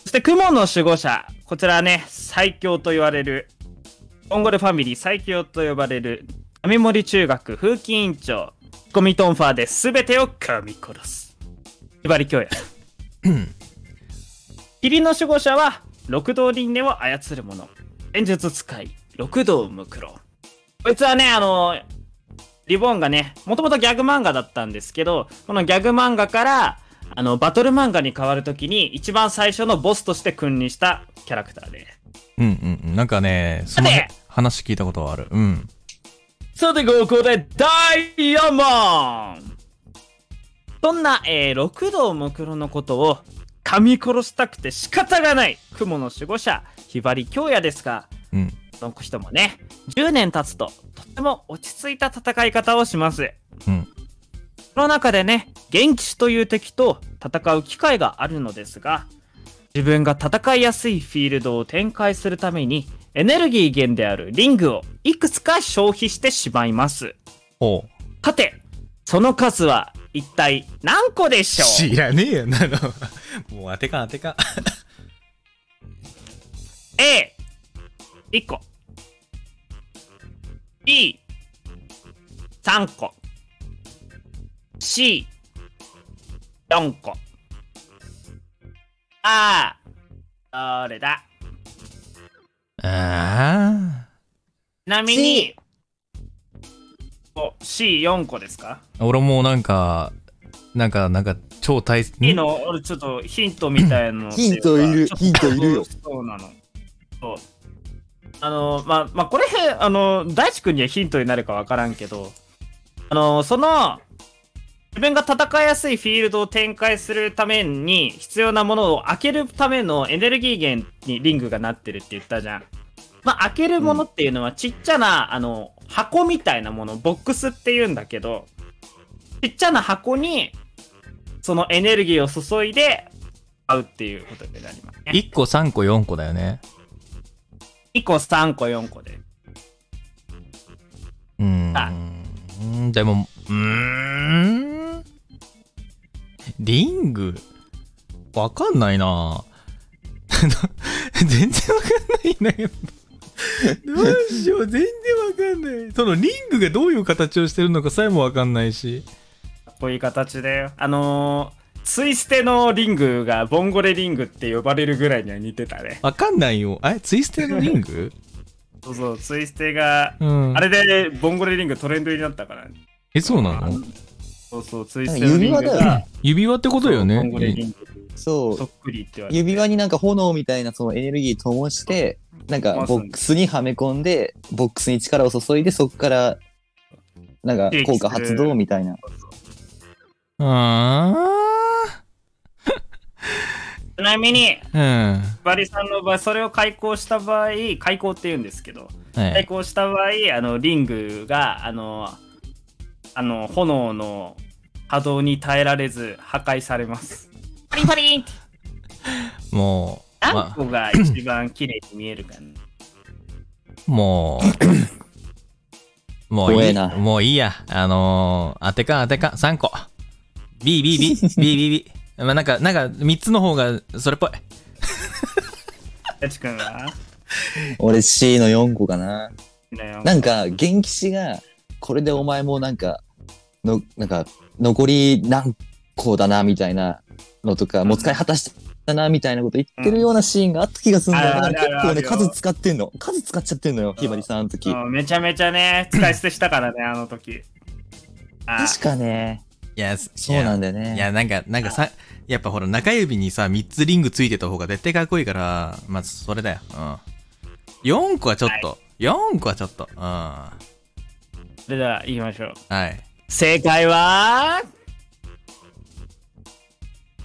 B: そして、雲の守護者。こちらはね、最強と言われる、モンゴルファミリー最強と呼ばれる、上森中学風紀委員長、ゴミトンファーで全てを噛み殺す。縛り教也。霧の守護者は、六道輪廻を操る者。戦術使い、六道無苦労。こいつはね、あの、リボンがね、もともとギャグ漫画だったんですけど、このギャグ漫画から、あの、バトル漫画に変わるときに、一番最初のボスとして君臨したキャラクターで。
A: うんうんうん。なんかね、その
B: 待て
A: 話聞いたことはある。うん。
B: さて、ここで、ダイヤモンそんな、えー、六道無黒のことを、噛み殺したくて仕方がない雲の守護者、ひばり京也ですが、
A: うん。
B: その人もね、10年経つと、とても落ち着いた戦い方をします。
A: うん。
B: その中でね、元気という敵と戦う機会があるのですが、自分が戦いやすいフィールドを展開するために、エネルギー源であるリングをいくつか消費してしまいます。
A: ほう。
B: さて、その数は一体何個でしょう
A: 知らねえよなの。 もう当てか当てか。
B: A、1個。B、3個。C、4個。ああ、どれだ
A: あ
B: ちなみに、C4 個ですか
A: あ。俺もなんか、なんか、なんか、超大切。
B: いいの俺ちょっとヒントみたいなのってい
C: ヒ
B: うか。
C: ントいる
B: ちょっと
C: ヒントいるよ
B: そうなの。そう。あの、まあ、まあ、これ、あの、大地君にはヒントになるかわからんけど、あの、その、自分が戦いやすいフィールドを展開するために必要なものを開けるためのエネルギー源にリングがなってるって言ったじゃん。まあ、開けるものっていうのはちっちゃな、あの、箱みたいなもの、ボックスって言うんだけど、ちっちゃな箱に、そのエネルギーを注いで、買うっていうことになりますね。
A: 1個、3個、4個だよね。
B: 1個、3個、4個で。
A: うー
B: あ
A: ん。でも、うーん。リングわかんないな 全然わかんないんだけど。どうしよう、全然わかんない。そのリングがどういう形をしてるのかさえもわかんないし。
B: こういう形で、あのー、ツイステのリングがボンゴレリングって呼ばれるぐらいには似てたね。
A: わかんないよ。あれ、ツイステのリング
B: そうそう、ツイステが、
A: うん。
B: あれでボンゴレリングトレンド入りになったから、ね、
A: え、そうなの
B: そうそう、ツイステのリング
C: 指輪だよ
B: が
C: ね、
A: 指輪ってことよ
B: ボンゴレ
A: ね。
B: リング
C: そう
B: そっくりって言われて。
C: 指輪になんか炎みたいなそのエネルギー灯してなんかボックスにはめ込んでボックスに力を注いでそこからなんか効果発動みたいな
A: あ
B: ちなみに、
A: ー。うん。
B: バリさんの場合、それを開口した場合、開口って言うんですけど、
A: は
B: 対
A: い。
B: 抗した場合あのリングがあのあの炎の波動に耐えられず破壊されますパリンパリンって
A: もう、
B: 何
A: ま、
B: 個が一番綺麗に見えるかな、
A: もう、もう
C: 怖
A: い
C: え
A: い
C: な
A: もういいや。あのー、当てか当てか、3個。B、B、B、B、B、B。ま あ、なんか、なんか、3つの方がそれっぽい。
B: やちくんは
C: 俺 C の4個かな
B: だよ
C: なんか元気師がこれでお前もなんかのなんか残り何個だなみたいなのとかもう使い果たしたなみたいなこと言ってるようなシーンがあった気がするんだよ、
B: うん
C: だ
B: ある
C: か
B: ある
C: ら
B: あるある
C: 結構ね数使ってんの数使っちゃってんのよひばりさんあの時
B: うんめちゃめちゃね使い捨てしたからねあの時あ
C: 確かね
A: いや、
C: そうなんだよ
A: い
C: ね
A: や、なんか、なんかさ、やっぱほら、中指にさ、3つリングついてた方が絶対かっこいいから、まあ、それだよ。うん。4個はちょっと。4個はちょっと。うん。は
B: それでは行きましょう
A: い。
B: 正解は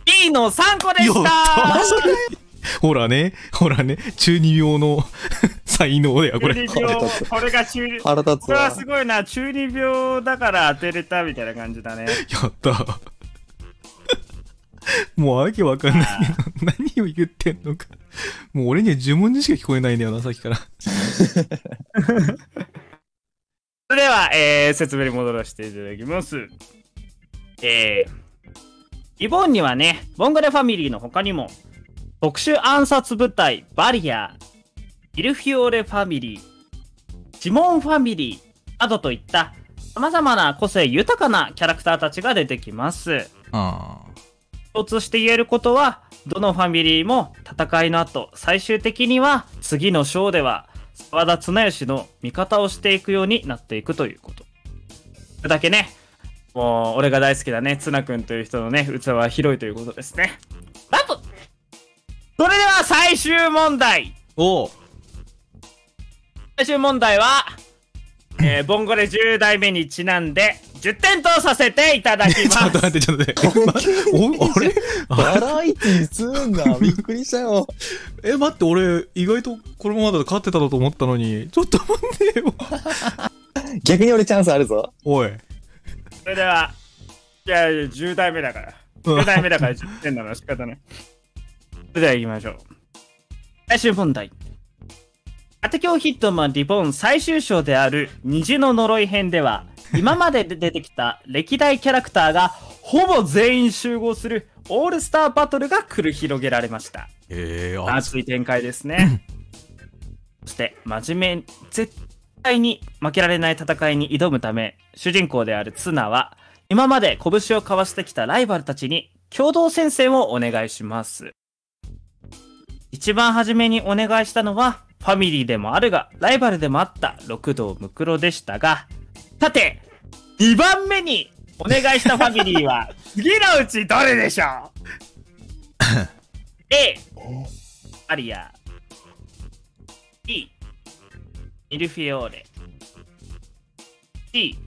B: B の3個でした
A: ほらね、ほらね、中二病の、 才能だよ、こ
B: 中
A: れ。
B: 二病、これが中二、
C: 腹立つ
B: これは
C: わ
B: す。ごいな、中二病だから当てれたみたいな感じだね。
A: やった。 もうわけわかんない。何を言ってんのか。もう俺には呪文にしか聞こえないんだよな、さっきから。
B: それでは、えー説明に戻らせていただきます。えーイボンにはね、ボンガレファミリーの他にも、特殊暗殺部隊バリア、イルフィオレファミリー、ジモンファミリーなどといった様々な個性豊かなキャラクターたちが出てきます。
A: あ
B: 共通して言えることはどのファミリーも戦いの後最終的には次の章では沢田綱吉の味方をしていくようになっていくということそれだけねもう俺が大好きだね綱君という人のね器は広いということですねあとそれでは最終問題
A: おお
B: 最終問題は、えー、ボンゴレ10代目にちなんで10点とさせていただき
A: ちょ
B: ま
A: っと待っ
B: す
A: て、ちょっと待って。 まおあれ
C: バラエティーすん な。びっくりしたよ。
A: え、待って、俺、意外とこのままだと勝ってただと思ったのに、ちょっと待ってよ。
C: 逆に俺チャンスあるぞ。
A: おい。
B: それでは、いや、いや10代目だから。
A: うん
B: 10代目だから10点なのは仕方ない。それでは行きましょう。最終問題。アテキョヒットマンリボーン最終章である虹の呪い編では、今までで出てきた歴代キャラクターがほぼ全員集合するオールスターバトルが繰り広げられました。
A: えー、あ、
B: 熱い展開ですね。そして、真面目、絶対に負けられない戦いに挑むため、主人公であるツナは、今まで拳を交わしてきたライバルたちに共同戦線をお願いします。一番初めにお願いしたのは、ファミリーでもあるが、ライバルでもあった六道ムクロでしたが、さて、2番目にお願いしたファミリーは、次のうちどれでしょう A、アリア B ミルフィオーレ C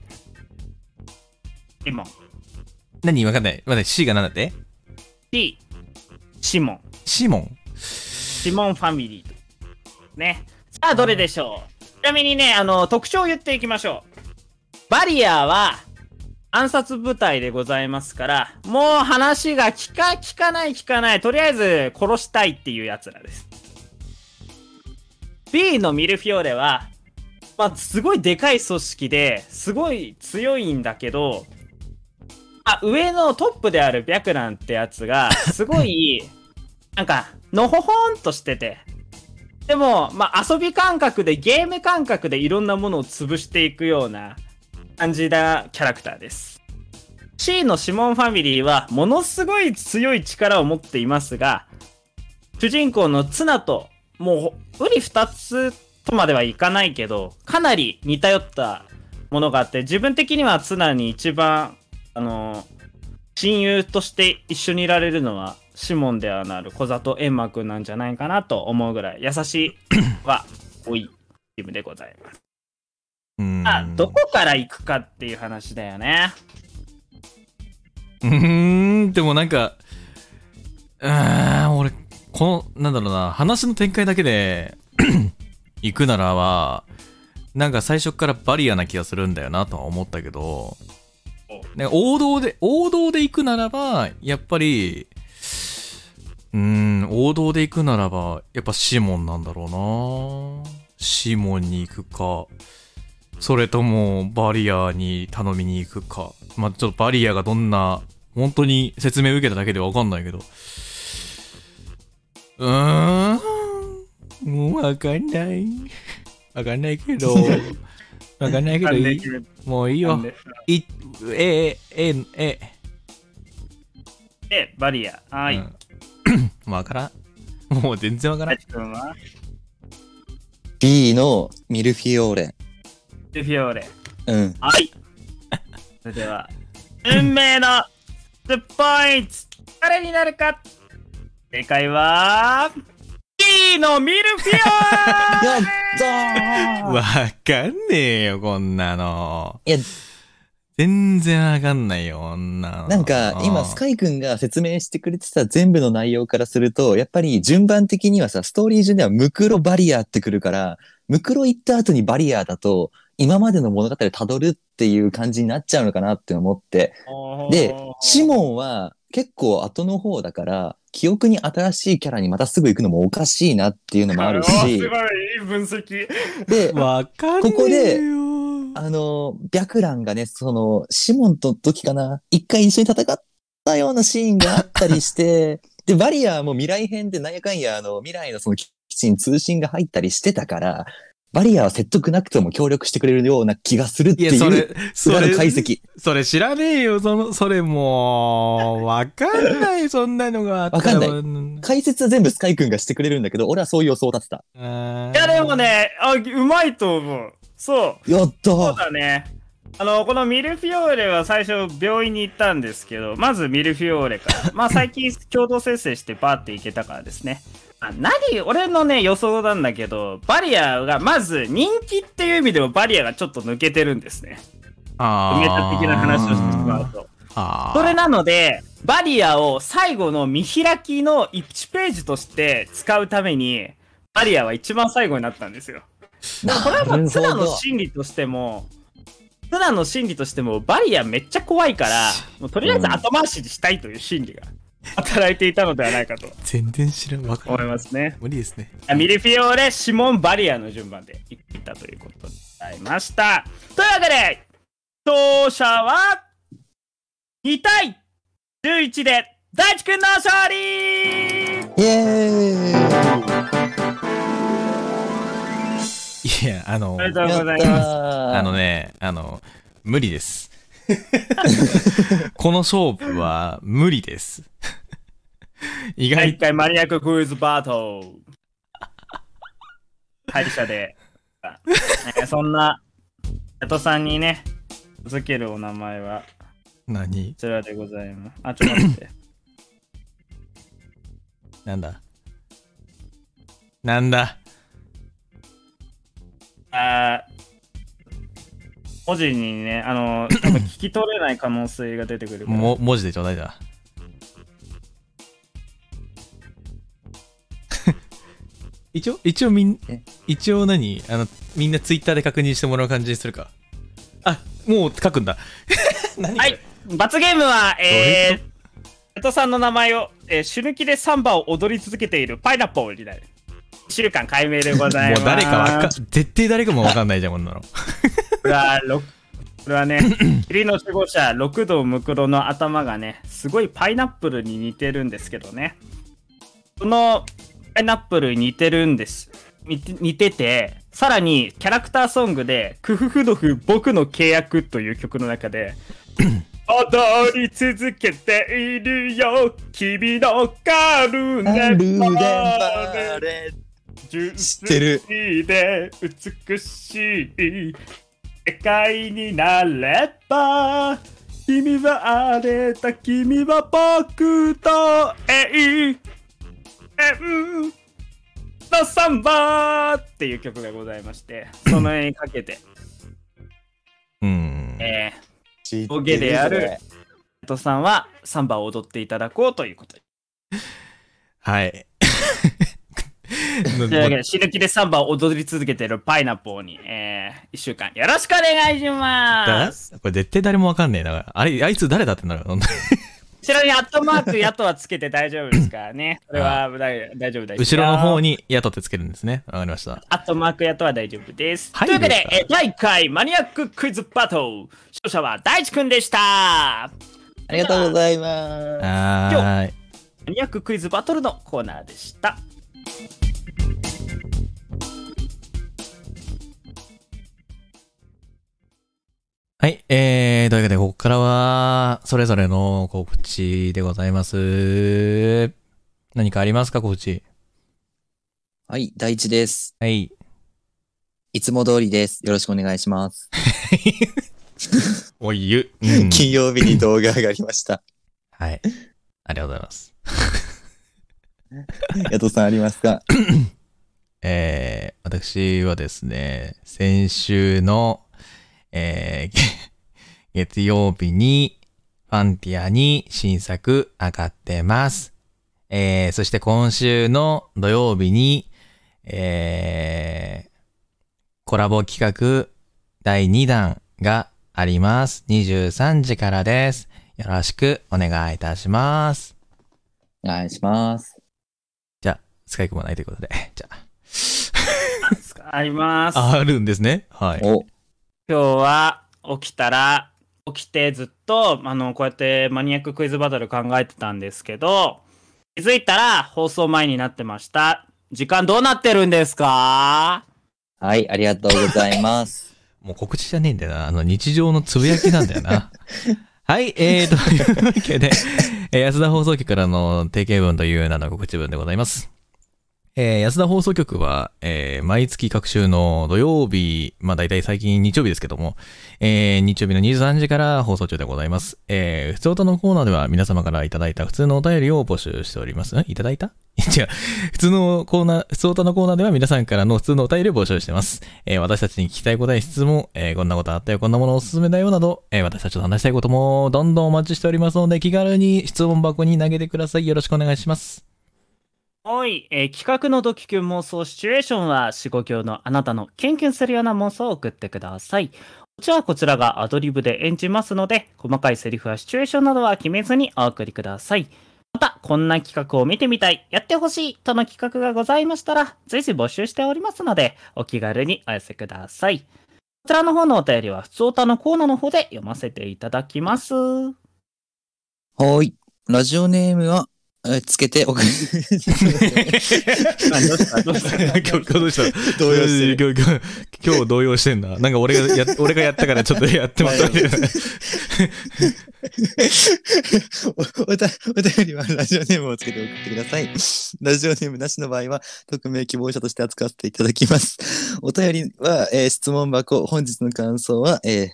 B: シモン
A: 何わかんない。待って、C が何だって
B: D シモン
A: シモン。
B: シモンファミリーねさあどれでしょうちなみにねあの特徴を言っていきましょうバリアは暗殺部隊でございますからもう話が聞か聞かない聞かないとりあえず殺したいっていうやつらです B のミルフィオーレは、まあ、すごいでかい組織ですごい強いんだけど、あ、上のトップである白蘭ってやつがすごいなんかのほほんとしててでも、まあ、遊び感覚でゲーム感覚でいろんなものを潰していくような感じなキャラクターです C のシモンファミリーはものすごい強い力を持っていますが主人公のツナともううり二つとまではいかないけどかなり似たよったものがあって自分的にはツナに一番あの親友として一緒にいられるのはシモンではなる小里円馬くんなんじゃないかなと思うぐらい優しいは多いチームでございます。
A: うーん
B: あどこから行くかっていう話だよね。
A: うーん、でもなんか、うーん、俺、この、なんだろうな、話の展開だけで、 行くならは、なんか最初からバリアな気がするんだよなとは思ったけど、なんか王道で、王道で行くならば、やっぱり、うーん、王道で行くならば、やっぱシモンなんだろうなシモンに行くか、それともバリアに頼みに行くか。まあ、ちょっとバリアがどんな、本当に説明受けただけでわかんないけど。うーん。もうわかんない。わかんないけ ど。わかんないけどいい。もういいよ。い、え、え、え、え。
B: で、バリア。はい。
A: うん。 わからん。もう全然わから
B: 大
A: ん。
B: 地君は
C: B のミルフィオーレ。
B: ルフィオーレ。
C: うん。
B: はい。それでは、運命のスポイント誰になるか正解は、D のミルフィオ
C: やっ
B: ーレ
C: たー
A: わかんねえよ、こんなの。
C: いや、
A: 全然わかんないよ、女
C: なんか、今、スカイ君が説明してくれてた全部の内容からすると、やっぱり順番的にはさ、ストーリー順ではムクロバリアーってくるから、ムクロ行った後にバリアーだと、今までの物語を辿るっていう感じになっちゃうのかなって思って。で、シモンは結構後の方だから、記憶に新しいキャラにまたすぐ行くのもおかしいなっていうのもある
B: あー
C: し
B: すご、い、いい分析。
C: で、
A: わかんねえよ
C: ここであの、白蘭がね、その、シモンと時かな、一回一緒に戦ったようなシーンがあったりして、で、バリアーも未来編でなんやかんや、あの、未来のその基地に通信が入ったりしてたから、バリアーは説得なくとも協力してくれるような気がするって
A: い
C: い
A: や、そうれ、そ
C: 裏
A: れ
C: の、解析。
A: それ知らねえよ、その、それもう、わかんない、そんなのがあったら。
C: わか
A: い
C: 解説は全部スカイ君がしてくれるんだけど、俺はそういう予想を立てた。
B: いや、でも。ね、あ、うまいと思う。そう。
C: やった
B: そう
C: ー
B: だね。あの、このミルフィオーレは最初病院に行ったんですけど、まずミルフィオーレから。まあ最近共同生成してバーって行けたからですね。あ何俺のね予想なんだけど、バリアがまず人気っていう意味でもバリアがちょっと抜けてるんですね。
A: あー
B: メタ的な話をしてしまうと。
A: あー
B: それなので、バリアを最後の見開きの1ページとして使うために、バリアは一番最後になったんですよ。でもこれは
C: な
B: も
C: る
B: うツ
C: ほ
B: ナの
C: ど。
B: 心理としても、ツナの心理としても、バリアめっちゃ怖いから、もうとりあえず後回しにしたいという心理が働いていたのではないかと
A: 全然知らん、わかん
B: 思
A: ないい。
B: ますね。
A: 無理ですね。
B: ミルフィオーレ、シモン、バリアの順番でいったということでございました。というわけで、勝者は2対11で大地君の勝利
C: イエーイ
A: いや、あの
B: あ、りがとうござ
C: やっ
B: い
C: た
B: ます。
C: ー
A: あのね、あの、無理です。 この勝負は無理です。意
B: 第
A: 外
B: 1回マニアッククイズバトル。敗者で。えーそんな、瀬戸さんにね、付けるお名前は、
A: 何
B: こちらでございます。あ、ちょっと待って。
A: なんだなんだ
B: あー文字にね、あの、多分聞き取れない可能性が出てくるから。
A: も、文字でちょうだいだ。 一応、一応みん
C: え、
A: 一応何あの、みんなツイッターで確認してもらう感じにするか。あ、もう書くんだ。何こ
B: は
A: れ
B: い。罰ゲームは、
A: どうい
B: え
A: うこ
B: ー、瀬戸さんの名前を、えー、死ぬ気でサンバを踊り続けているパイナッポーになる。1週間解明でござい
A: もう
B: ます。
A: 誰かわかん、絶対誰かもわかんないじゃん、こんなの。
B: これはろこれは ね、霧の守護者、六道ムクロの頭がね、すごいパイナップルに似てるんですけどね。このパイナップルに似てるんです。似て似てて、さらにキャラクターソングで、クフフドフ僕の契約という曲の中 で、踊り続けているよ、君のカル
C: ア
B: ネ
C: ルデン
B: バ
C: バ
B: ーレ
C: レ
B: 知
C: ってる
B: で美しい世界になれば君はあれだ君は僕と永遠のサンバっていう曲がございましてその絵にかけて、
A: うん。
B: えー、
C: ー
B: ボケである瀬戸さんはサンバを踊っていただこうということで
A: はい。
B: というわけで死ぬ気でサンバを踊り続けているパイナポーに、えー、1週間よろしくお願いします
A: これ絶対誰もわかんねえな。あれ、あいつ誰だってなるの
B: 後ろにアットマークやとはつけて大丈夫ですからね。 それは大大丈夫大丈夫。
A: 後ろの方。に雇ってつけるんですね。わかりました。
B: アットマークやとは大丈夫です。
A: はい
B: というわけで
A: で、
B: え第1回マニアッククイズバトル勝者は大地くんでした
C: ありがとうございます。
A: はーい。
B: マニアッククイズバトルのコーナーでした。
A: はい。えー、というわけで、ここからは、それぞれの告知でございます。何かありますか、告知。
C: はい、第一です。
A: はい。
C: いつも通りです。よろしくお願いします。
A: おゆ。うん
C: 金曜日に動画上がりました。
A: はい。ありがとうございます。
C: ヤトさんありますか
A: えー、私はですね、先週の、えー、 月曜日に、ファンティアに新作上がってます。えー、そして今週の土曜日に、えー、コラボ企画第2弾があります。23時からです。よろしくお願いいたします。
C: お願いします。
A: じゃあ、使い込まないということで。 じゃあ。
B: あります。
A: ああるんですね。はい。
C: お、
B: 今日は起きたら起きてずっとあのこうやってマニアッククイズバトル考えてたんですけど気づいたら放送前になってました時間どうなってるんですか
C: はい、ありがとうございます。
A: もう告知じゃねえんだよな。あの、日常のつぶやきなんだよな。はい、えー、というわけで、えー安田放送局からの定型文という名の告知文でございます。えー安田放送局は、えー毎月各週の土曜日、まあ大体最近日曜日ですけども、えー日曜日の23時から放送中でございます。えー、普通歌のコーナーでは皆様からいただいた普通のお便りを募集しております。んいただいた 違う。普通のコーナー、普通歌のコーナーでは皆さんからの普通のお便りを募集してます。えー私たちに聞きたい答え、質問、えーこんなことあったよ、こんなものおすすめだよなど、えー私たちと話したいこともどんどんお待ちしておりますので、気軽に質問箱に投げてください。よろしくお願いし ます。
B: おい、えー企画のドキキュン妄想シチュエーションは死後教のあなたのキュンキュンするような妄想を送ってくださいこちらはこちらがアドリブで演じますので細かいセリフやシチュエーションなどは決めずにお送りくださいまた、こんな企画を見てみたい、やってほしいとの企画がございましたら、随時募集しておりますので、お気軽にお寄せください。こちらの方のお便りは、普通歌のコーナーの方で読ませていただきます。
C: はーい。ラジオネームは、えつけて おく。
A: 今日、今日どうした
C: 動揺して
A: 今
C: る。
A: 日、今日今日動揺してんだ。なんか俺が や、俺がやったからちょっとやってもらったみた いな。
C: おおたお便りはラジオネームをつけて送ってください。ラジオネームなしの場合は、匿名希望者として扱わせていただきます。お便りは、えー質問箱、本日の感想は、えー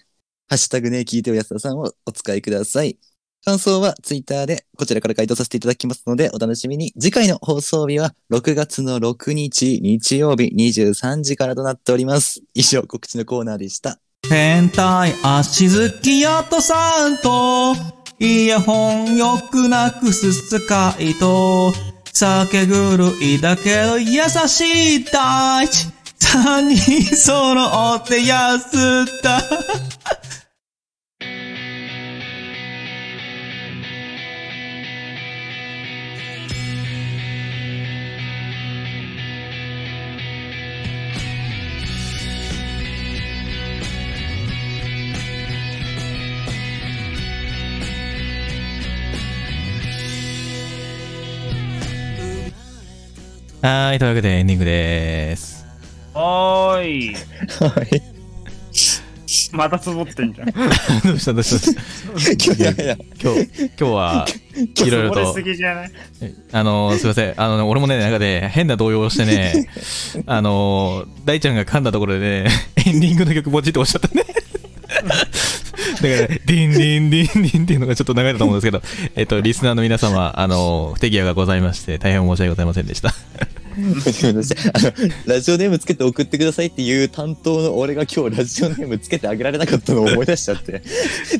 C: ハッシュタグね、聞いてよ安田さんをお使いください。感想はツイッターでこちらから回答させていただきますのでお楽しみに。次回の放送日は6月の6日日曜日23時からとなっております。以上告知のコーナーでした。
D: 変態足好きやとさんと、イヤホンよくなくすスカイと、酒狂いだけど優しい大地、三人揃って安った。
A: はい、というわけでエンディングです。
B: はーい。
C: はい。
B: またつぼってんじゃん。
A: どうしたどうした
C: いやいや、
A: 今日、今日は、いろいろと。
B: ぎじゃない
A: あのーすいません。あのね、俺もね、なんかね、変な動揺をしてね、あのー大ちゃんが噛んだところでね、エンディングの曲ポチって押しちゃったね。だから、ディンディンディンディンっていうのがちょっと長いと思うんですけど、えっと、リスナーの皆様、あのー不手際がございまして、大変申し訳ございませんでした。
C: ごめんなさいあのラジオネームつけて送ってくださいっていう担当の俺が今日ラジオネームつけてあげられなかったのを思い出しちゃって、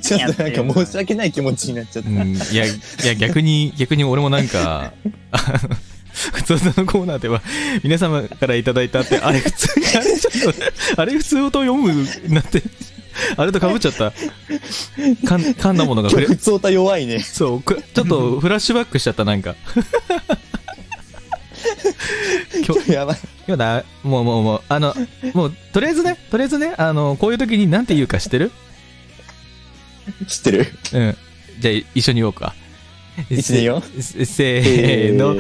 C: ちょっとなんか申し訳ない気持ちになっちゃ
A: う
C: った。
A: ん、いや、いや、逆に、逆に俺もなんか、 あの普通のコーナーでは皆様からいただいたってあれ普通にあれちょっとあれ普通音読むなってあれとかぶっちゃったかん噛んだものが触
C: 今
A: れ
C: 日、つおた弱いね。
A: そうくちょっとフラッシュバックしちゃったなんか
C: 今日やばい。
A: 今だもうもうもうあのもうとりあえずねとりあえずねあのこういう時に何て言うか知ってる
C: 知ってる
A: うんじゃあ一緒に言おうか
C: 一緒に言おう
A: せせーの、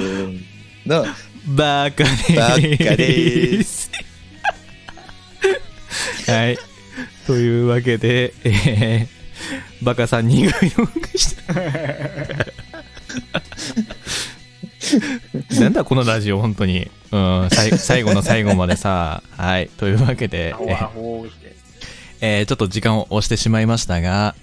C: の。
A: バカでーす。
C: バカでー
A: す。 はい。というわけで、えー、バカ3人組のお送りした。 なんだこのラジオ、本当に。うん、さい最後の最後までさ。はい。というわけで、えーえーちょっと時間を押してしまいましたが、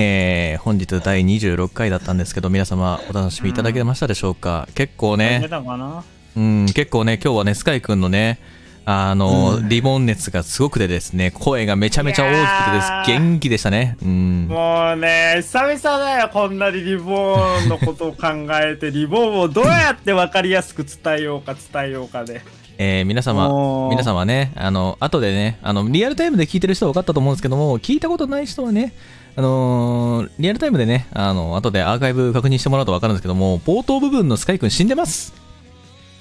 A: えー本日第26回だったんですけど、皆様お楽しみいただけましたでしょうか結構ね、
B: たかな
A: うん、結構ね、今日はね、スカイくんのね、あの、リボン熱がすごくてですね、声がめちゃめちゃ大きくて
B: い
A: で
B: や
A: す。
B: ー
A: 元気でしたね。うん。
B: もうね、久々だよ、こんなにリボーンのことを考えて、リボーンをどうやって分かりやすく伝えようか伝えようかで。
A: えー皆様
B: お、ー
A: 皆様ね、あの、後でね、あの、リアルタイムで聞いてる人は分かったと思うんですけども、聞いたことない人はね、あのーリアルタイムでね、あの、後でアーカイブ確認してもらうと分かるんですけども、冒頭部分のスカイくん死んでます。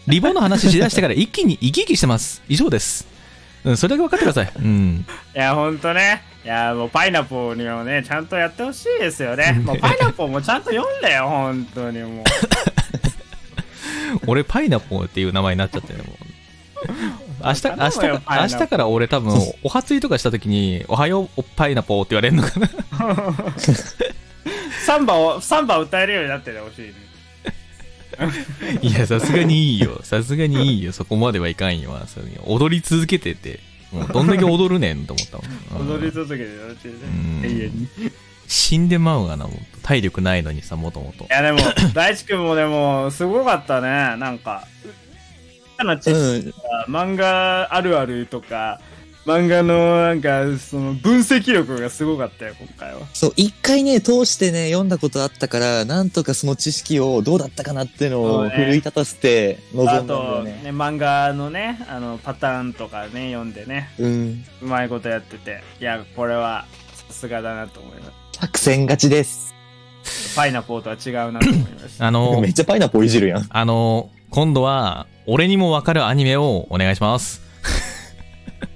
A: リボンの話しだしてから一気に生き生きしてます。以上です。うん、それだけ分かってください。うん。
B: いや、ほんとね。いや、もうパイナポーにもね、ちゃんとやってほしいですよ ね。もうパイナポーもちゃんと読んでよ、ほんとにもう。
A: 俺パイナポーっていう名前になっちゃって ねもう明日明
B: 頼
A: 日
B: むよパイナポー
A: 明日から俺 多分お初いとかした時に「おはようおっぱいなぽー」って言われるの かな
B: サンバを、サンバ歌えるようになっててほしいね。
A: いやさすがにいいよさすがにいいよそこまではいかんよそれに踊り続けててもうどんだけ踊るねんと思ったも ん、う
B: 踊り
A: ん、
B: 続けてほしいね
A: ん。
B: 永遠に。い
A: 死んでまうがなもう体力ないのにさもとも と
B: や、でも、大地君もでも、すごかったね、なんか。あの知
C: うん。
B: 漫画あるあるとか漫画のなんかその分析力がすごかったよ今回は
C: そう、一回ね、通してね、読んだことあったから、なんとかその知識をどうだったかなっていうの
B: そう
C: を
B: ね
C: 奮い立たせて臨んだ
B: あ
C: んだよ
B: と
C: ね。
B: ね漫画のねあのパターンとかね読んでね
C: うん。
B: うまいことやってていやこれはさすがだなと思いま
C: 作戦勝ちです。
B: すパイナポーとは違うなと思いまし た
A: あの
C: めっちゃパイナポーいじるやん。
A: あの今度は俺にも分かるアニメをお願いします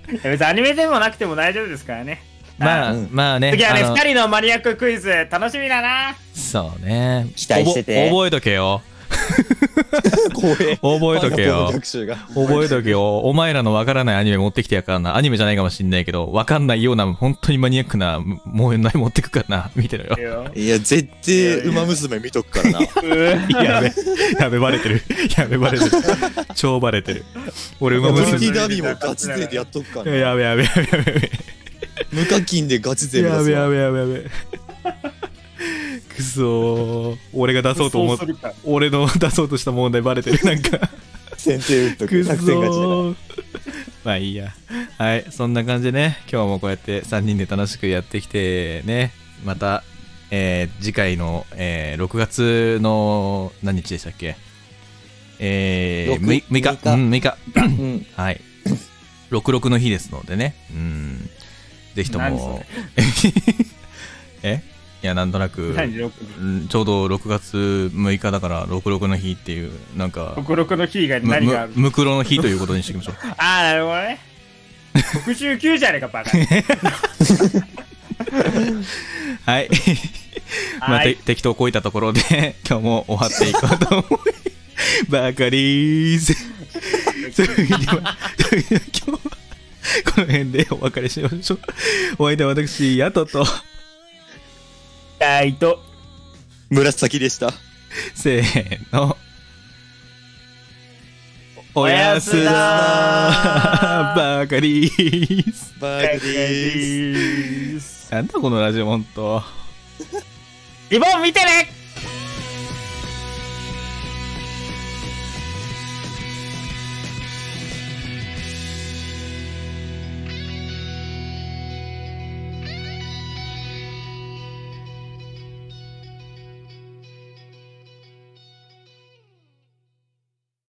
B: いや別にアニメでもなくても大丈夫ですからね
A: まあ、
C: うん
A: まあね
B: 次はね
A: あの
B: 2人のマニアッククイズ楽しみだな
A: そうね
C: 期待してて
A: 覚えとけよ
C: 光栄。
A: 覚えとけ
C: パイナポーの
A: よ
C: 逆襲が。
A: 覚えとけよ。お前らのわからないアニメ持ってきてやからな。アニメじゃないかもしんないけど、わかんないような、本当にマニアックな、もう何持ってくからな。見てろよ。
C: いや、絶対、ウマ娘見とくからな。
A: やべ、やべ、バレてる。 やべ、バレてる。超バレてる。俺、馬
C: トリニテ
B: 娘
C: ィ
A: 娘。
C: ダービーもガチ勢でやっとくからな。
A: やべやべやべやべや
C: 無課金でガチ
A: べ
C: 勢目
A: や
C: 指
A: べ
C: すわ
A: やべやべやべくそー俺が出そうと思っ
B: そうするか
A: 俺の出そうとした問題バレてるなんか
C: 先手打っと
A: く
C: く。
A: そ
C: 作戦勝ちだから。
A: ーまあいいやはいそんな感じでね今日もこうやって3人で楽しくやってきてねまた、えー次回の、えー6月の何日でしたっけえー、6,
C: 六
A: 日
C: 六日
A: うん6日
C: うん。
A: はい66の日ですのでねうんぜひと
B: 何
A: も
B: そ
A: えいやなんとなく
B: 何6
A: うんちょうど6月6日だから66の日っていうなんか
B: 66のキーが
A: む
B: 何がある
A: むむくろの日ということにしていきましょう
B: ああ、なるほ どね。69じゃねえか、バカ。
A: はい。まあ、
B: はい
A: て適当こいたところで、 今日も終わっていこうと思い、バカリー ズ。というわけでは、というわけでは今日は、この辺でお別れしましょう。お相手は私、ヤトと、
B: 痛いと。
C: 紫でした。
A: せーの。お
B: お
A: や
B: や
A: す
B: す
A: な
B: なー
A: バカリーズ。
C: バ
B: バ
C: ー
B: カ
C: グです。
B: リーズ
A: なんだこのラジオ、ほんと。
B: リボン見てね